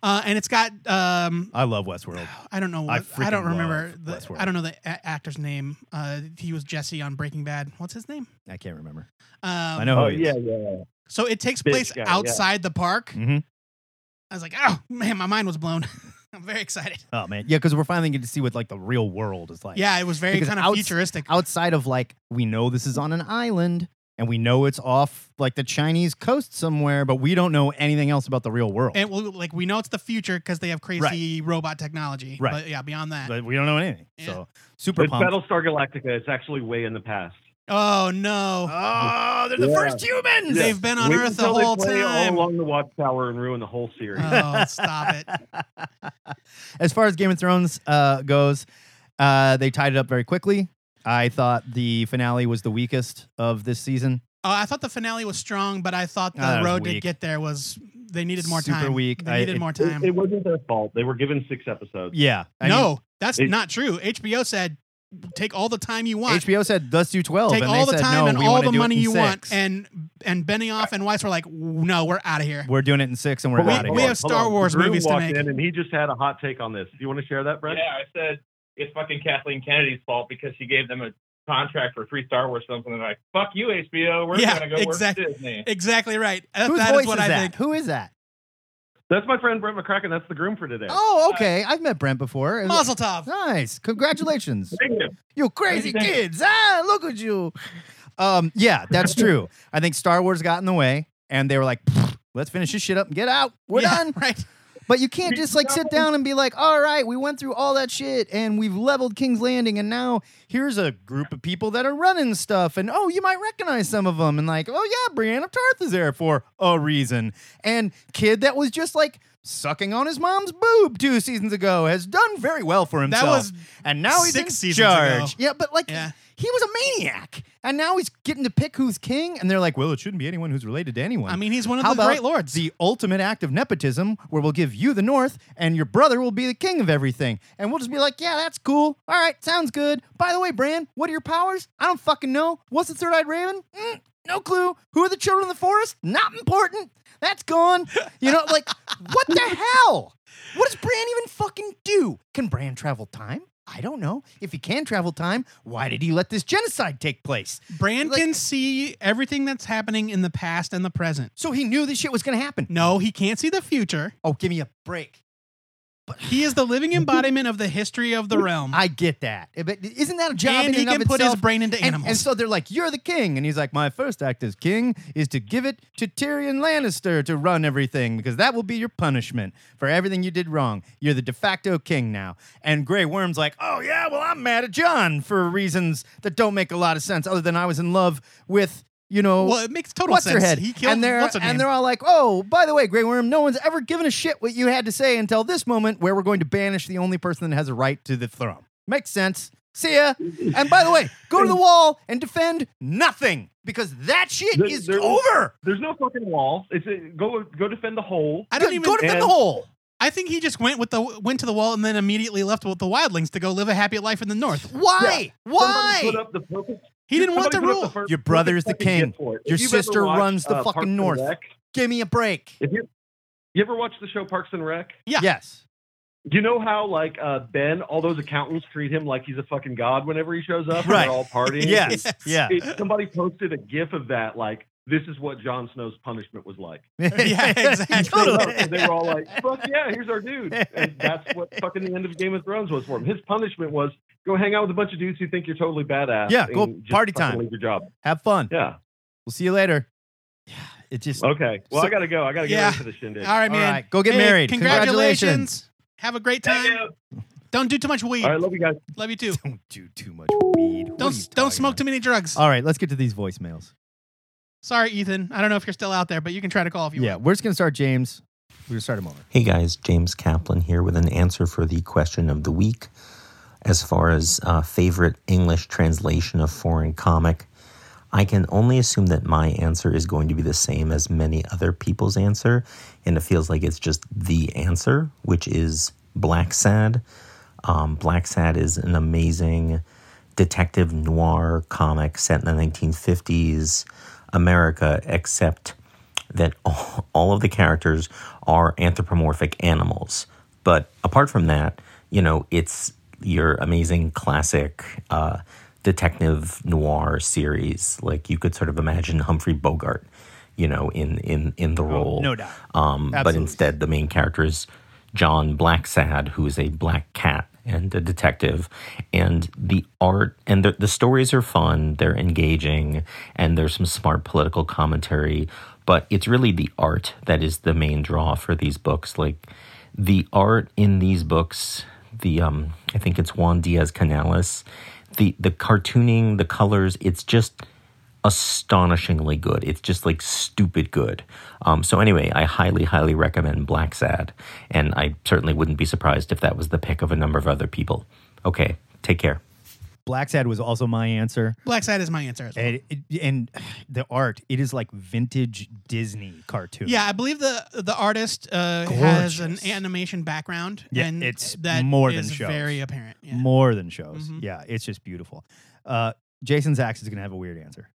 Speaker 4: uh, and it's got. Um,
Speaker 3: I love Westworld.
Speaker 4: I don't know.
Speaker 3: I
Speaker 4: What, I, don't
Speaker 3: freaking
Speaker 4: remember.
Speaker 3: love
Speaker 4: The,
Speaker 3: Westworld.
Speaker 4: I don't know the a- actor's name. Uh, he was Jesse on Breaking Bad. What's his name?
Speaker 3: I can't remember.
Speaker 4: Um,
Speaker 3: I know.
Speaker 11: oh
Speaker 3: who it is.
Speaker 11: yeah, yeah.
Speaker 4: So it takes
Speaker 11: Big
Speaker 4: place
Speaker 11: guy, yeah.
Speaker 4: outside the park.
Speaker 3: Mhm.
Speaker 4: I was like, oh man, my mind was blown. I'm very excited.
Speaker 3: Oh man. Yeah, because we're finally getting to see what like the real world is like.
Speaker 4: Yeah, it was very
Speaker 3: Because
Speaker 4: kind of
Speaker 3: outs-
Speaker 4: futuristic.
Speaker 3: outside of like we know this is on an island and we know it's off like the Chinese coast somewhere, but we don't know anything else about the real world.
Speaker 4: and well, like we know it's the future because they have crazy robot technology.
Speaker 3: Right.
Speaker 4: But yeah, beyond that.
Speaker 3: But we don't know anything.
Speaker 4: Yeah.
Speaker 3: So super
Speaker 11: It's
Speaker 3: pumped.
Speaker 11: Battlestar Galactica. It's actually way in the past.
Speaker 4: oh no.
Speaker 3: Oh, they're the
Speaker 11: Yeah.
Speaker 3: first humans.
Speaker 4: They've been on
Speaker 11: Wait
Speaker 4: Earth the
Speaker 11: until they
Speaker 4: whole
Speaker 11: play
Speaker 4: time.
Speaker 11: All along the Watchtower and ruin the whole series.
Speaker 4: Oh, stop it.
Speaker 3: as far as Game of Thrones uh, goes, uh, they tied it up very quickly. I thought the finale was the weakest of this season.
Speaker 4: Oh, I thought the finale was strong, but I thought the
Speaker 3: Ah, that was
Speaker 4: road to
Speaker 3: weak.
Speaker 4: get there was they needed more
Speaker 3: Super
Speaker 4: time.
Speaker 3: weak.
Speaker 4: They
Speaker 3: I-
Speaker 4: needed
Speaker 3: it-
Speaker 4: more time.
Speaker 11: It, it wasn't their fault. They were given six episodes.
Speaker 3: Yeah. I
Speaker 4: no,
Speaker 3: mean,
Speaker 4: that's
Speaker 11: it-
Speaker 4: not true. HBO said take all the time you want.
Speaker 3: HBO said let's do twelve.
Speaker 4: take
Speaker 3: and
Speaker 4: all
Speaker 3: they
Speaker 4: the
Speaker 3: said,
Speaker 4: time
Speaker 3: no,
Speaker 4: and
Speaker 3: we
Speaker 4: all
Speaker 3: wanna
Speaker 4: the
Speaker 3: do it
Speaker 4: money
Speaker 3: in
Speaker 4: you want.
Speaker 3: six.
Speaker 4: And and Benioff and Weiss were like, no, we're out of here.
Speaker 3: we're doing it in six, and we're
Speaker 4: We-
Speaker 3: out of
Speaker 4: we
Speaker 3: here.
Speaker 4: have Star Wars
Speaker 11: Drew
Speaker 4: movies to
Speaker 11: walked
Speaker 4: make.
Speaker 11: in and he just had a hot take on this. Do you want to share that, Brett?
Speaker 12: Yeah, I said it's fucking Kathleen Kennedy's fault because she gave them a contract for three Star Wars films, and they're like, "Fuck you, HBO. We're
Speaker 4: Yeah,
Speaker 12: gonna go
Speaker 4: exactly.
Speaker 12: work for Disney."
Speaker 4: Exactly right. That,
Speaker 3: Whose
Speaker 4: that
Speaker 3: voice
Speaker 4: is what
Speaker 3: is
Speaker 4: I
Speaker 3: that?
Speaker 4: think.
Speaker 3: Who is that?
Speaker 11: That's my friend Brent McCracken. That's the groom for today.
Speaker 3: Oh, okay. I've met Brent before. It was-
Speaker 4: Mazel tov.
Speaker 3: Nice. Congratulations.
Speaker 12: Thank you.
Speaker 3: You crazy
Speaker 12: Thank you.
Speaker 3: kids. Ah, look at you. Um, yeah, that's true. I think Star Wars got in the way and they were like, "Pfft, let's finish this shit up and get out. We're
Speaker 4: Yeah,
Speaker 3: done.
Speaker 4: Right.
Speaker 3: But you can't just like sit down and be like, all right, we went through all that shit and we've leveled King's Landing and now here's a group of people that are running stuff and oh, you might recognize some of them and like, oh yeah, Brienne of Tarth is there for a reason. And kid that was just like sucking on his mom's boob two seasons ago has done very well for himself.
Speaker 4: was
Speaker 3: and now he's
Speaker 4: six
Speaker 3: in
Speaker 4: seasons ago.
Speaker 3: charge. Yeah, but like he was a maniac and now he's getting to pick who's king and they're like, well, it shouldn't be anyone who's related to anyone.
Speaker 4: I mean, he's one of
Speaker 3: How
Speaker 4: the
Speaker 3: about
Speaker 4: great lords.
Speaker 3: The ultimate act of nepotism, where we'll give you the North and your brother will be the king of everything. And we'll just be like, yeah, that's cool. All right, sounds good. By the way, Bran, what are your powers? I don't fucking know. What's the third eyed raven? Mm, no clue. Who are the children of the forest? Not important. That's gone. You know, like, what the hell? What does Bran even fucking do? Can Bran travel time? I don't know. If he can travel time, why did he let this genocide take place?
Speaker 4: Bran can see everything that's happening in the past and the present.
Speaker 3: So he knew this shit was going to happen.
Speaker 4: No, he can't see the future.
Speaker 3: Oh, give me a break.
Speaker 4: He is the living embodiment of the history of the realm.
Speaker 3: I get that. Eh, But isn't that a job?
Speaker 4: And
Speaker 3: in
Speaker 4: he
Speaker 3: of
Speaker 4: can put his
Speaker 3: itself?
Speaker 4: brain into
Speaker 3: And-
Speaker 4: animals.
Speaker 3: And so they're like, "You're the king," and he's like, "My first act as king is to give it to Tyrion Lannister to run everything because that will be your punishment for everything you did wrong. You're the de facto king now." And Grey Worm's like, "Oh yeah, well I'm mad at John for reasons that don't make a lot of sense, other than I was in love with." You know,
Speaker 4: Well, it makes total
Speaker 3: what's Her
Speaker 4: sense.
Speaker 3: head?
Speaker 4: He killed-
Speaker 3: and they're
Speaker 4: what's her name?
Speaker 3: and they're all like, "Oh, by the way, Grey Worm, no one's ever given a shit what you had to say until this moment, where we're going to banish the only person that has a right to the throne." Makes sense. See ya. And by the way, go to the wall and defend nothing because that shit
Speaker 11: There-
Speaker 3: is
Speaker 11: there-
Speaker 3: over.
Speaker 11: There's no fucking wall. It's a, go go defend the hole.
Speaker 4: I don't
Speaker 3: Go-
Speaker 4: even
Speaker 3: go defend the hole.
Speaker 4: I think he just went with the went to the wall and then immediately left with the wildlings to go live a happy life in the north.
Speaker 3: Why?
Speaker 11: Somebody
Speaker 3: Why?
Speaker 11: put up the perfect-
Speaker 4: He didn't want
Speaker 11: somebody
Speaker 4: the
Speaker 11: put up
Speaker 4: rule.
Speaker 11: fir-
Speaker 3: Your brother
Speaker 11: perfect
Speaker 3: is the
Speaker 11: fucking
Speaker 3: king.
Speaker 11: gift for it. If
Speaker 3: Your
Speaker 11: you've ever
Speaker 3: sister
Speaker 11: watched,
Speaker 3: runs the
Speaker 11: uh,
Speaker 3: fucking
Speaker 11: Parks and
Speaker 3: North.
Speaker 11: Rec-
Speaker 3: Give me a break.
Speaker 11: if you you ever watch the show Parks and Rec?
Speaker 4: Yeah.
Speaker 3: Yes.
Speaker 11: Do you know how like uh, Ben, all those accountants treat him like he's a fucking god whenever he shows up? and
Speaker 3: Right.
Speaker 11: They're all partying.
Speaker 3: Yes. Yeah.
Speaker 11: And it- somebody posted a GIF of that. Like this is what Jon Snow's punishment was like.
Speaker 4: Yeah, exactly.
Speaker 3: totally.
Speaker 11: And they were all like, "Fuck yeah, here's our dude." And that's what fucking the end of Game of Thrones was for him. His punishment was go hang out with a bunch of dudes who think you're totally badass.
Speaker 3: Yeah, go
Speaker 11: and uh, just
Speaker 3: party
Speaker 11: fucking
Speaker 3: time.
Speaker 11: Leave your job.
Speaker 3: Have fun.
Speaker 11: Yeah.
Speaker 3: We'll see you later. Yeah, it just.
Speaker 11: Okay. Well,
Speaker 3: So-
Speaker 11: I gotta go. I gotta get
Speaker 4: Yeah.
Speaker 11: ready for the shindig.
Speaker 4: All right,
Speaker 3: All
Speaker 4: man.
Speaker 3: right, go get married.
Speaker 4: Congratulations.
Speaker 3: Congratulations.
Speaker 4: Have a great time. Don't do too much weed.
Speaker 11: All right, love you guys.
Speaker 4: Love you too.
Speaker 3: Don't do too much weed. What are you
Speaker 4: Don't don't
Speaker 3: talking
Speaker 4: smoke
Speaker 3: about?
Speaker 4: too many drugs.
Speaker 3: All right, let's get to these voicemails.
Speaker 4: Sorry, Ethan. I don't know if you're still out there, but you can try to call if you
Speaker 3: Yeah,
Speaker 4: want.
Speaker 3: we're just gonna start James. We're gonna start him over.
Speaker 8: Hey guys, James Kaplan here with an answer for the question of the week. As far as uh, favorite English translation of foreign comic, I can only assume that my answer is going to be the same as many other people's answer, and it feels like it's just the answer, which is Black Sad. Um, Black Sad is an amazing detective noir comic set in the 1950s America, except that all, all of the characters are anthropomorphic animals. But apart from that, you know, it's your amazing classic uh, detective noir series. Like you could sort of imagine Humphrey Bogart, you know, in in in the role.
Speaker 3: Oh, no doubt.
Speaker 8: Um, but
Speaker 3: Absolutely.
Speaker 8: instead, the main character is John Blacksad, who is a black cat and a detective. And the art and the, the stories are fun, they're engaging, and there's some smart political commentary. But it's really the art that is the main draw for these books. Like the art in these books, the um, I think it's Juan Diaz Canales, the the cartooning, the colors, it's just astonishingly good. It's just like stupid good. Um, so anyway, I highly, highly recommend Black Sad, and I certainly wouldn't be surprised if that was the pick of a number of other people. Okay, take care.
Speaker 3: Black Sad was also my answer.
Speaker 4: Black Side is my answer as well.
Speaker 3: And, it- and the art, it is like vintage Disney cartoon.
Speaker 4: Yeah, I believe the the artist uh, has an
Speaker 3: Gorgeous.
Speaker 4: animation background.
Speaker 3: Yeah,
Speaker 4: and
Speaker 3: it's
Speaker 4: that
Speaker 3: more than
Speaker 4: is
Speaker 3: shows.
Speaker 4: very apparent. Yeah.
Speaker 3: More than shows.
Speaker 4: Mhm.
Speaker 3: Yeah, it's just beautiful. Uh, Jason Zax is going to have a weird answer.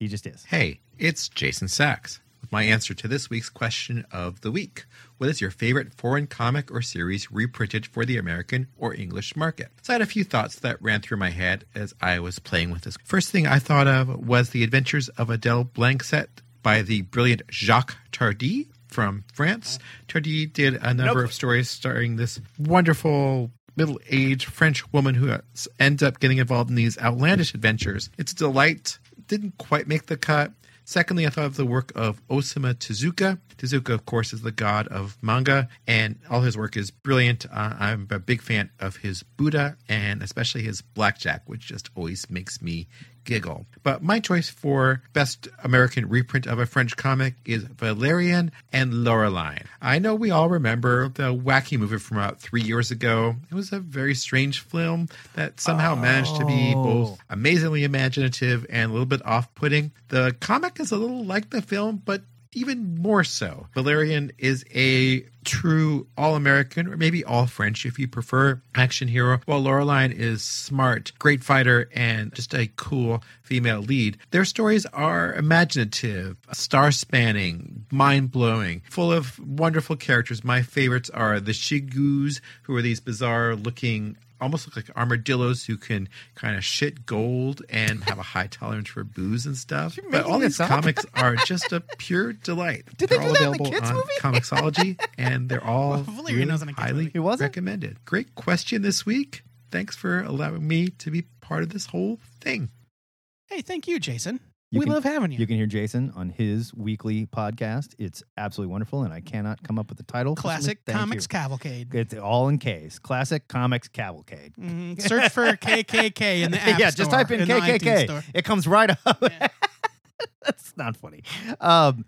Speaker 3: He just is.
Speaker 13: Hey, it's Jason Sachs with my answer to this week's question of the week. What is your favorite foreign comic or series reprinted for the American or English market? So I had a few thoughts that ran through my head as I was playing with this. First thing I thought of was The Adventures of Adele Blanksett by the brilliant Jacques Tardy from France. Tardy did a number of stories starring this wonderful middle aged French woman who uh, s- ends up getting involved in these outlandish adventures. It's a delight. Didn't quite make the cut. Secondly, I thought of the work of Osama Tezuka. Tezuka, of course, is the god of manga, and all his work is brilliant. Uh, I'm a big fan of his Buddha and especially his Blackjack, which just always makes me giggle. But my choice for best American reprint of a French comic is Valerian and Loreline. I know we all remember the wacky movie from about three years ago. It was a very strange film that somehow managed to be both amazingly imaginative and a little bit off putting. The comic is a little like the film, but even more so. Valerian is a true all American, or maybe all French if you prefer, action hero, while Loreline is smart, great fighter, and just a cool female lead. Their stories are imaginative, star spanning, mind blowing, full of wonderful characters. My favorites are the Shigus, who are these bizarre looking almost look like armadillos who can kind of shit gold and have a high tolerance for booze and stuff. But
Speaker 3: making
Speaker 13: all these
Speaker 3: this up.
Speaker 13: comics are just a pure delight.
Speaker 3: Did they
Speaker 13: they're
Speaker 3: do
Speaker 13: all
Speaker 3: that in the
Speaker 13: available
Speaker 3: kids'
Speaker 13: on
Speaker 3: movie?
Speaker 13: Comixology, and they're all
Speaker 3: Valerian
Speaker 13: really
Speaker 3: wasn't a kids'
Speaker 13: highly recommended. Great question this week. Thanks for allowing me to be part of this whole thing.
Speaker 4: Hey, thank you, Jason.
Speaker 3: You
Speaker 4: we
Speaker 3: can-
Speaker 4: love having you.
Speaker 3: You can hear Jason on his weekly podcast. It's absolutely wonderful, and I cannot come up with the title. for something.
Speaker 4: Classic
Speaker 3: Thank
Speaker 4: Comics
Speaker 3: you.
Speaker 4: Cavalcade.
Speaker 3: It's all in K's. Classic Comics Cavalcade.
Speaker 4: Mhm. Search for KKK in the app
Speaker 3: yeah, just
Speaker 4: Store,
Speaker 3: type in,
Speaker 4: in the iTunes Store.
Speaker 3: KKK. It comes right up. That's not funny. Um,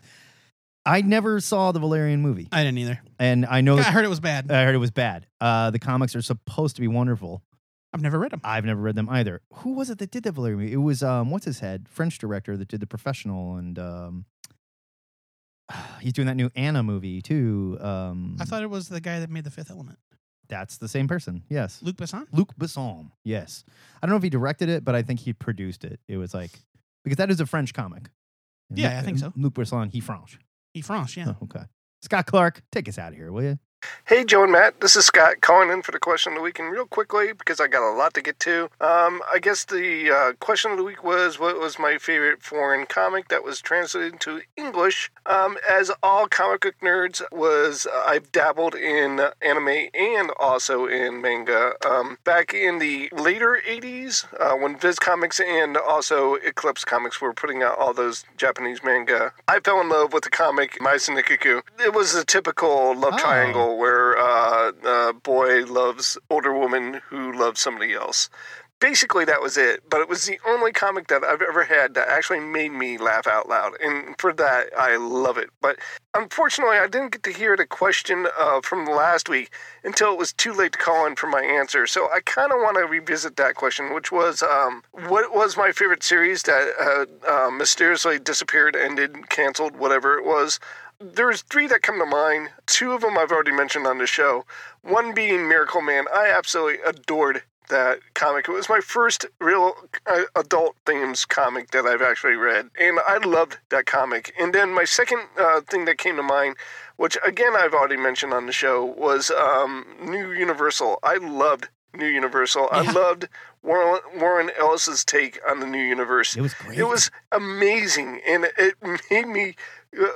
Speaker 3: I never saw the Valerian movie.
Speaker 4: I didn't either.
Speaker 3: And I know
Speaker 4: I heard it was bad.
Speaker 3: I heard it was bad. Uh, the comics are supposed to be wonderful.
Speaker 4: I've never read them.
Speaker 3: I've never read them either. Who was it that did that Valerian movie? It was um, what's his head, French director that did the professional, and um, he's doing that new Anna movie too. Um,
Speaker 4: I thought it was the guy that made the Fifth Element,
Speaker 3: that's the same person. Yes,
Speaker 4: Luc Besson.
Speaker 3: Luc Besson. Yes, I don't know if he directed it, but I think he produced it. It was like because that is a French comic. And
Speaker 4: Yeah,
Speaker 3: Lu-
Speaker 4: I think so.
Speaker 3: Luc Besson, he French.
Speaker 4: He France, yeah.
Speaker 3: Oh, okay. Scott Clark, take us out of here, will you?
Speaker 14: Hey, Joe and Matt, this is Scott calling in for the question of the week, and real quickly because I got a lot to get to. Um, I guess the uh, question of the week was what was my favorite foreign comic that was translated into English? Um, as all comic book nerds, was uh, I've dabbled in anime and also in manga. Um, back in the later '80s, uh, when Viz Comics and also Eclipse Comics were putting out all those Japanese manga, I fell in love with the comic My Senikuku. It was a typical love
Speaker 15: Oh.
Speaker 14: triangle where uh, a boy loves older woman who loves somebody else. Basically, that was it. But it was the only comic that I've ever had that actually made me laugh out loud, and for that, I love it. But unfortunately, I didn't get to hear the question uh, from last week until it was too late to call in for my answer. So I kind of want to revisit that question, which was um, what was my favorite series that uh, uh, mysteriously disappeared, ended, canceled, whatever it was. There's three that come to mind. Two of them I've already mentioned on the show. One being Miracle Man. I absolutely adored that comic. It was my first real uh, adult themes comic that I've actually read, and I loved that comic. And then my second uh, thing that came to mind, which again I've already mentioned on the show, was um, New Universal. I loved New Universal. I loved Warren, Warren Ellis's take on the New Universe. It was great. It was amazing, and it made me uh,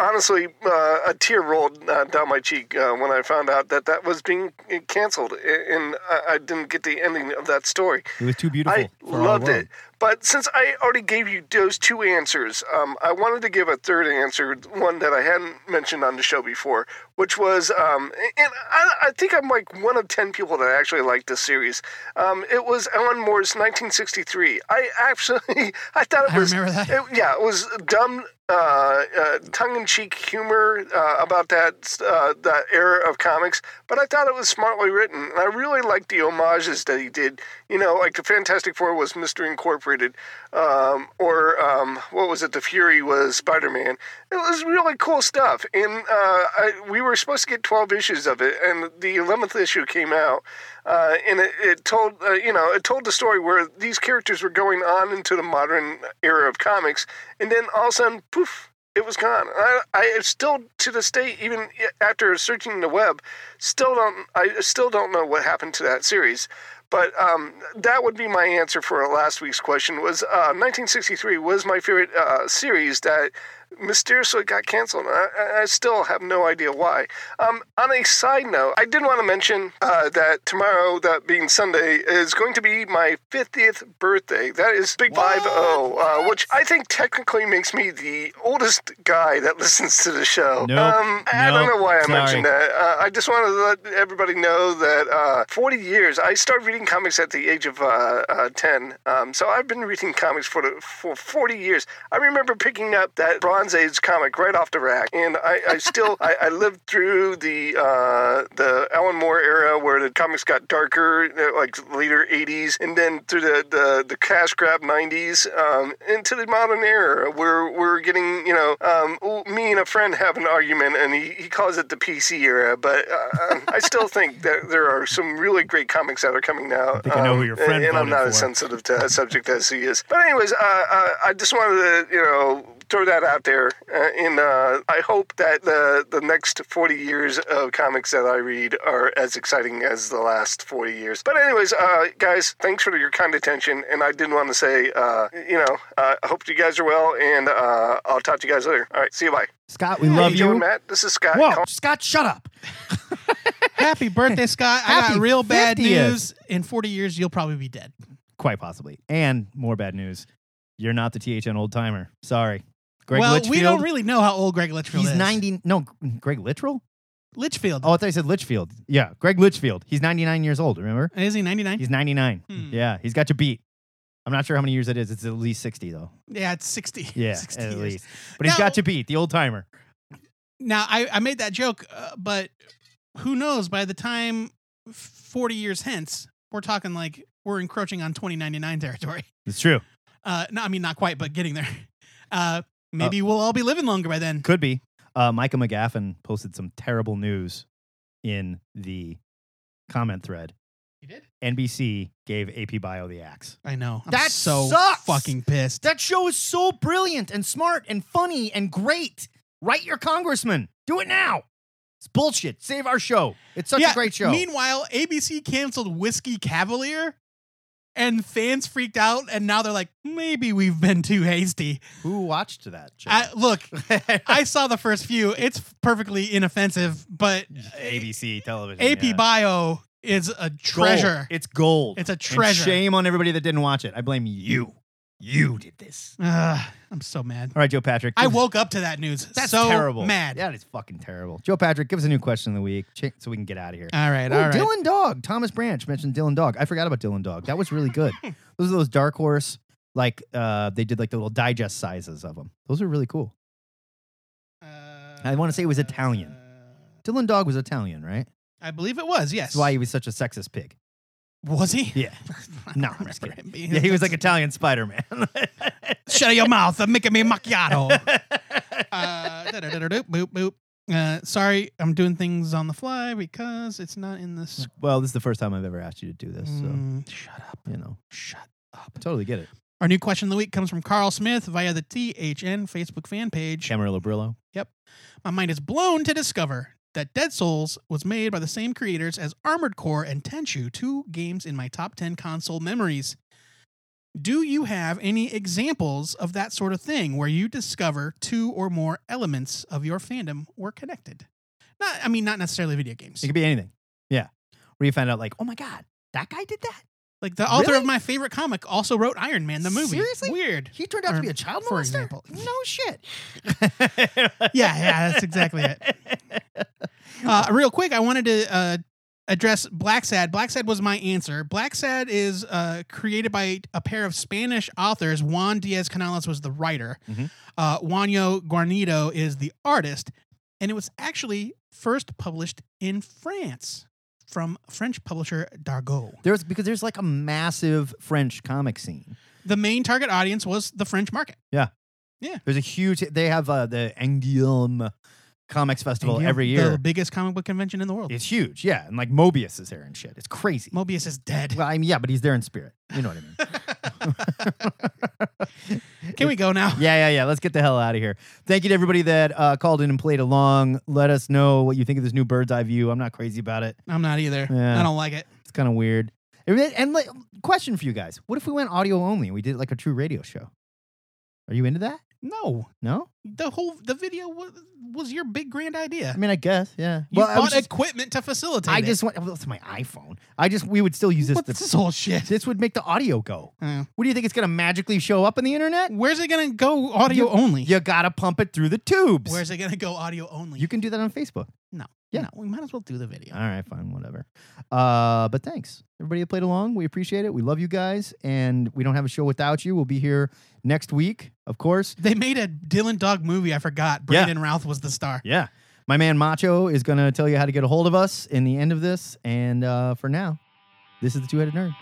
Speaker 14: honestly uh, a tear rolled uh, down my cheek uh, when I found out that that was being canceled, a- and I I didn't get the ending of that story.
Speaker 3: It was too beautiful.
Speaker 14: I loved it. But since I already gave you those two answers, um, I wanted to give a third answer, one that I hadn't mentioned on the show before, which was, um, and I, I think I'm like one of 10 people that actually liked this series. Um, it was Alan Moore's 1963. I actually, I thought it was, it- yeah, it was dumb. Uh, uh, tongue-in-cheek humor uh, about that uh, that era of comics, but I thought it was smartly written, and I really liked the homages that he did. You know, like the Fantastic Four was Mister Incorporated, um, or um, what was it? The Fury was Spider-Man. It was really cool stuff, and uh, I, we were supposed to get twelve issues of it, and the eleventh issue came out, uh, and it, it told uh, you know it told the story where these characters were going on into the modern era of comics, and then all of a sudden, poof, it was gone. I, I still to this day, even after searching the web, still don't I still don't know what happened to that series. But um, that would be my answer for last week's question. Was uh, 1963 was my favorite uh, series that mysteriously got canceled. I- I, I still have no idea why. Um, on a side note, I did want to mention uh, that tomorrow, that being Sunday, is going to be my 50th birthday. That is big 5 0, uh, which I think technically makes me the oldest guy that listens to the show.
Speaker 2: Nope.
Speaker 14: Um, I don't
Speaker 2: Nope.
Speaker 14: know why I
Speaker 2: Sorry.
Speaker 14: mentioned that. Uh, I just wanted to let everybody know that uh, 40 years, I started reading comics at the age of uh, uh, 10. Um, so I've been reading comics for, the, for 40 years. I remember picking up that Bronze Age comic right off the rack. And I, I still, I, I lived through the, uh, the Alan Moore era where the comics got darker, you know, like later 80s, and then through the, the, the cash grab 90s um, into the modern era where we're getting, you know, um, me and a friend have an argument and he, he calls it the PC era, but uh, um, I still think that there are some really great comics that are coming now. I
Speaker 2: think I know who your friend
Speaker 14: And I'm
Speaker 2: voted
Speaker 14: not
Speaker 2: for.
Speaker 14: as sensitive to that subject as he is. But, anyways, uh, uh, I just wanted to, you know, throw that out there. Uh, and uh, I hope that the, the next 40 years of comics that I read are as exciting as the last 40 years. But, anyways, uh, guys, thanks for your kind attention. And I did want to say, uh, you know, uh, I hope you guys are well. And uh, I'll talk to you guys later. All right. See you. Bye.
Speaker 3: Scott, we love
Speaker 14: Hey, Joe
Speaker 3: you.
Speaker 14: and Matt, this is Scott.
Speaker 3: Whoa, Scott, shut up.
Speaker 4: Happy birthday, Scott. I
Speaker 3: Happy
Speaker 4: got real bad
Speaker 3: 50th.
Speaker 4: news. In 40 years, you'll probably be dead.
Speaker 3: Quite possibly. And more bad news. You're not the THN old timer. Sorry. Greg
Speaker 4: well,
Speaker 3: Litchfield.
Speaker 4: we don't really know how old Greg Litchfield
Speaker 3: He's
Speaker 4: is.
Speaker 3: 90. No, Greg Littrell?
Speaker 4: Litchfield.
Speaker 3: Oh, I thought you said Litchfield. Yeah, Greg Litchfield. He's 99 years old, remember?
Speaker 4: Is he Hmm. 99?
Speaker 3: He's 99. Yeah, he's got you beat. I'm not sure how many years it is. It's at least 60, though.
Speaker 4: Yeah, it's 60.
Speaker 3: Yeah,
Speaker 4: 60
Speaker 3: at
Speaker 4: years.
Speaker 3: least. But he's
Speaker 4: Now-
Speaker 3: got you beat, the old timer.
Speaker 4: Now, I, I made that joke, uh, but who knows? By the time 40 years hence, we're talking like we're encroaching on 2099 territory.
Speaker 3: It's true.
Speaker 4: Uh, no, I mean, not quite, but getting there. Uh, maybe we'll all be living longer by then.
Speaker 3: Could be. Uh, Micah McGaffin posted some terrible news in the comment thread. He did? NBC gave AP Bio the axe.
Speaker 4: I know. Oh, I'm
Speaker 3: That
Speaker 4: so
Speaker 3: sucks.
Speaker 4: fucking pissed.
Speaker 3: That show is so brilliant and smart and funny and great. Write your congressman. Do it now. It's bullshit. Save our show. It's such
Speaker 4: Yeah,
Speaker 3: a great show.
Speaker 4: Meanwhile, ABC canceled Whiskey Cavalier, and fans freaked out, and now they're like, maybe we've been too hasty.
Speaker 3: Who watched that?
Speaker 4: I, look, I saw the first few. It's perfectly inoffensive, but
Speaker 3: Uh, ABC television.
Speaker 4: AP
Speaker 3: yeah.
Speaker 4: Bio is a
Speaker 3: Gold.
Speaker 4: treasure.
Speaker 3: It's gold.
Speaker 4: It's a
Speaker 3: And
Speaker 4: treasure.
Speaker 3: shame on everybody that didn't watch it. I blame you. You did this.
Speaker 4: Ugh, I'm so mad.
Speaker 3: All right, Joe Patrick.
Speaker 4: Mm. I
Speaker 3: give us-
Speaker 4: woke up to that news.
Speaker 3: That's
Speaker 4: so
Speaker 3: terrible.
Speaker 4: Mad.
Speaker 3: That is fucking terrible. Joe Patrick, give us a new question of the week ch- so we can get out of here.
Speaker 4: All right,
Speaker 3: Ooh,
Speaker 4: all right.
Speaker 3: Dylan Dog. Thomas Branch mentioned Dylan Dog. I forgot about Dylan Dog. That was really good. those are those Dark Horse, like, uh, they did like the little digest sizes of them. Those are really cool. I want to say it was Italian. Dylan Dog was Italian, right?
Speaker 4: Uh, I believe it was. Yes.
Speaker 3: That's why he was such a sexist pig.
Speaker 4: Was he?
Speaker 3: Yeah. no, I'm just kidding.
Speaker 4: remember him being
Speaker 3: Yeah, he was
Speaker 4: sexist.
Speaker 3: like Italian Spider Man.
Speaker 4: Shut your mouth. I'm making me macchiato. uh, da-da-da-da-doop, boop, boop. Uh, sorry, I'm doing things on the fly because it's not in the script.
Speaker 3: well, this is the first time I've ever asked you to do this. So,
Speaker 4: Mm, shut up.
Speaker 3: You know,
Speaker 4: shut
Speaker 3: up. I totally get it.
Speaker 4: Our new question of the week comes from Carl Smith via the THN Facebook fan page.
Speaker 3: Camarillo Brillo.
Speaker 4: Yep. My mind is blown to discover that Dead Souls was made by the same creators as Armored Core and Tenchu, two games in my top 10 console memories. Do you have any examples of that sort of thing where you discover two or more elements of your fandom were connected? Not, I mean, not necessarily video games.
Speaker 3: It could be anything. Yeah. Where you find out, like, oh my God, that guy did that?
Speaker 4: Like the author
Speaker 3: Really?
Speaker 4: of my favorite comic also wrote Iron Man, the movie.
Speaker 3: Seriously?
Speaker 4: Weird.
Speaker 3: He turned out
Speaker 4: Or,
Speaker 3: to be a child
Speaker 4: for
Speaker 3: molester?
Speaker 4: example.
Speaker 3: No shit.
Speaker 4: yeah, yeah, that's exactly it. Uh, real quick, I wanted to uh, address Black Sad. Black Sad was my answer. Black Sad is uh, created by a pair of Spanish authors. Juan Diaz Canales was the writer. Uh, Juanio Guarnido is the artist, and it was actually first published in France from French publisher Dargaud.
Speaker 3: There's because there's like a massive French comic scene.
Speaker 4: The main target audience was the French market.
Speaker 3: Yeah.
Speaker 4: Yeah.
Speaker 3: There's a huge they have uh, the Angoulême Comics Festival
Speaker 4: And you have
Speaker 3: every year.
Speaker 4: the biggest comic book convention in the world.
Speaker 3: It's huge, yeah. And like Mobius is there and shit. It's crazy.
Speaker 4: Mobius is dead.
Speaker 3: Well, I mean, yeah, but he's there in spirit. You know what I mean?
Speaker 4: Can we go now?
Speaker 3: Yeah, yeah, yeah. Let's get the hell out of here. Thank you to everybody that uh, called in and played along. Let us know what you think of this new bird's eye view. I'm not crazy about it.
Speaker 4: I'm not either.
Speaker 3: Yeah.
Speaker 4: I don't like it.
Speaker 3: It's kind of weird. And, then- and like, question for you guys: What if we went audio only and we did like a true radio show? Are you into that?
Speaker 4: No,
Speaker 3: No?
Speaker 4: the whole the video was, was your big grand idea.
Speaker 3: I mean, I guess, yeah.
Speaker 4: you
Speaker 3: I was
Speaker 4: bought
Speaker 3: just-
Speaker 4: equipment to facilitate.
Speaker 3: I
Speaker 4: it.
Speaker 3: just went well, it's my iPhone. I just we would still use this.
Speaker 4: What's this whole shit? Oh.
Speaker 3: This would make the audio go.
Speaker 4: Yeah.
Speaker 3: What do you think it's gonna magically show up on the internet?
Speaker 4: Where's it gonna go audio
Speaker 3: You-
Speaker 4: only?
Speaker 3: You gotta pump it through the tubes.
Speaker 4: Where's it gonna go audio only?
Speaker 3: You can do that on Facebook.
Speaker 4: no,
Speaker 3: Yeah.
Speaker 4: no, we might as well do the video.
Speaker 3: All right, fine, whatever. Uh, but thanks everybody that played along. We appreciate it. We love you guys, and we don't have a show without you. We'll be here next week, of course.
Speaker 4: They made a Dylan Dog movie. I forgot.
Speaker 3: Yeah.
Speaker 4: Brandon Routh was the star.
Speaker 3: Yeah. My man Macho is gonna tell you how to get a hold of us in the end of this, and uh, for now, this is the Two Headed Nerd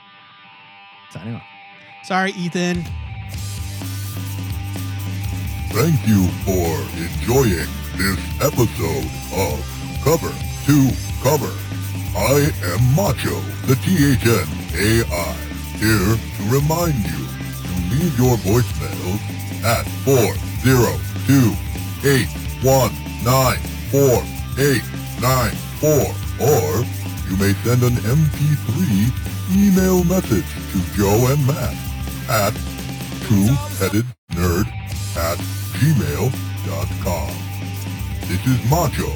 Speaker 3: signing off.
Speaker 4: Sorry, Ethan.
Speaker 15: Thank you for enjoying this episode of Cover to Cover. I am Macho, the THN AI, here to remind you to leave your voicemails at 402-819-4894 or you may send an MP3 email message to Joe and Matt at two-headednerd at gmail.com. This is Macho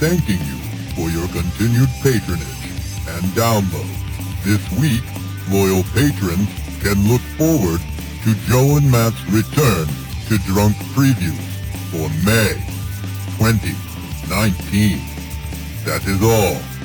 Speaker 15: thanking you for your continued patronage and download. This week, loyal patrons can look forward to Joe and Matt's return to Drunk Previews for May 2019. That is all.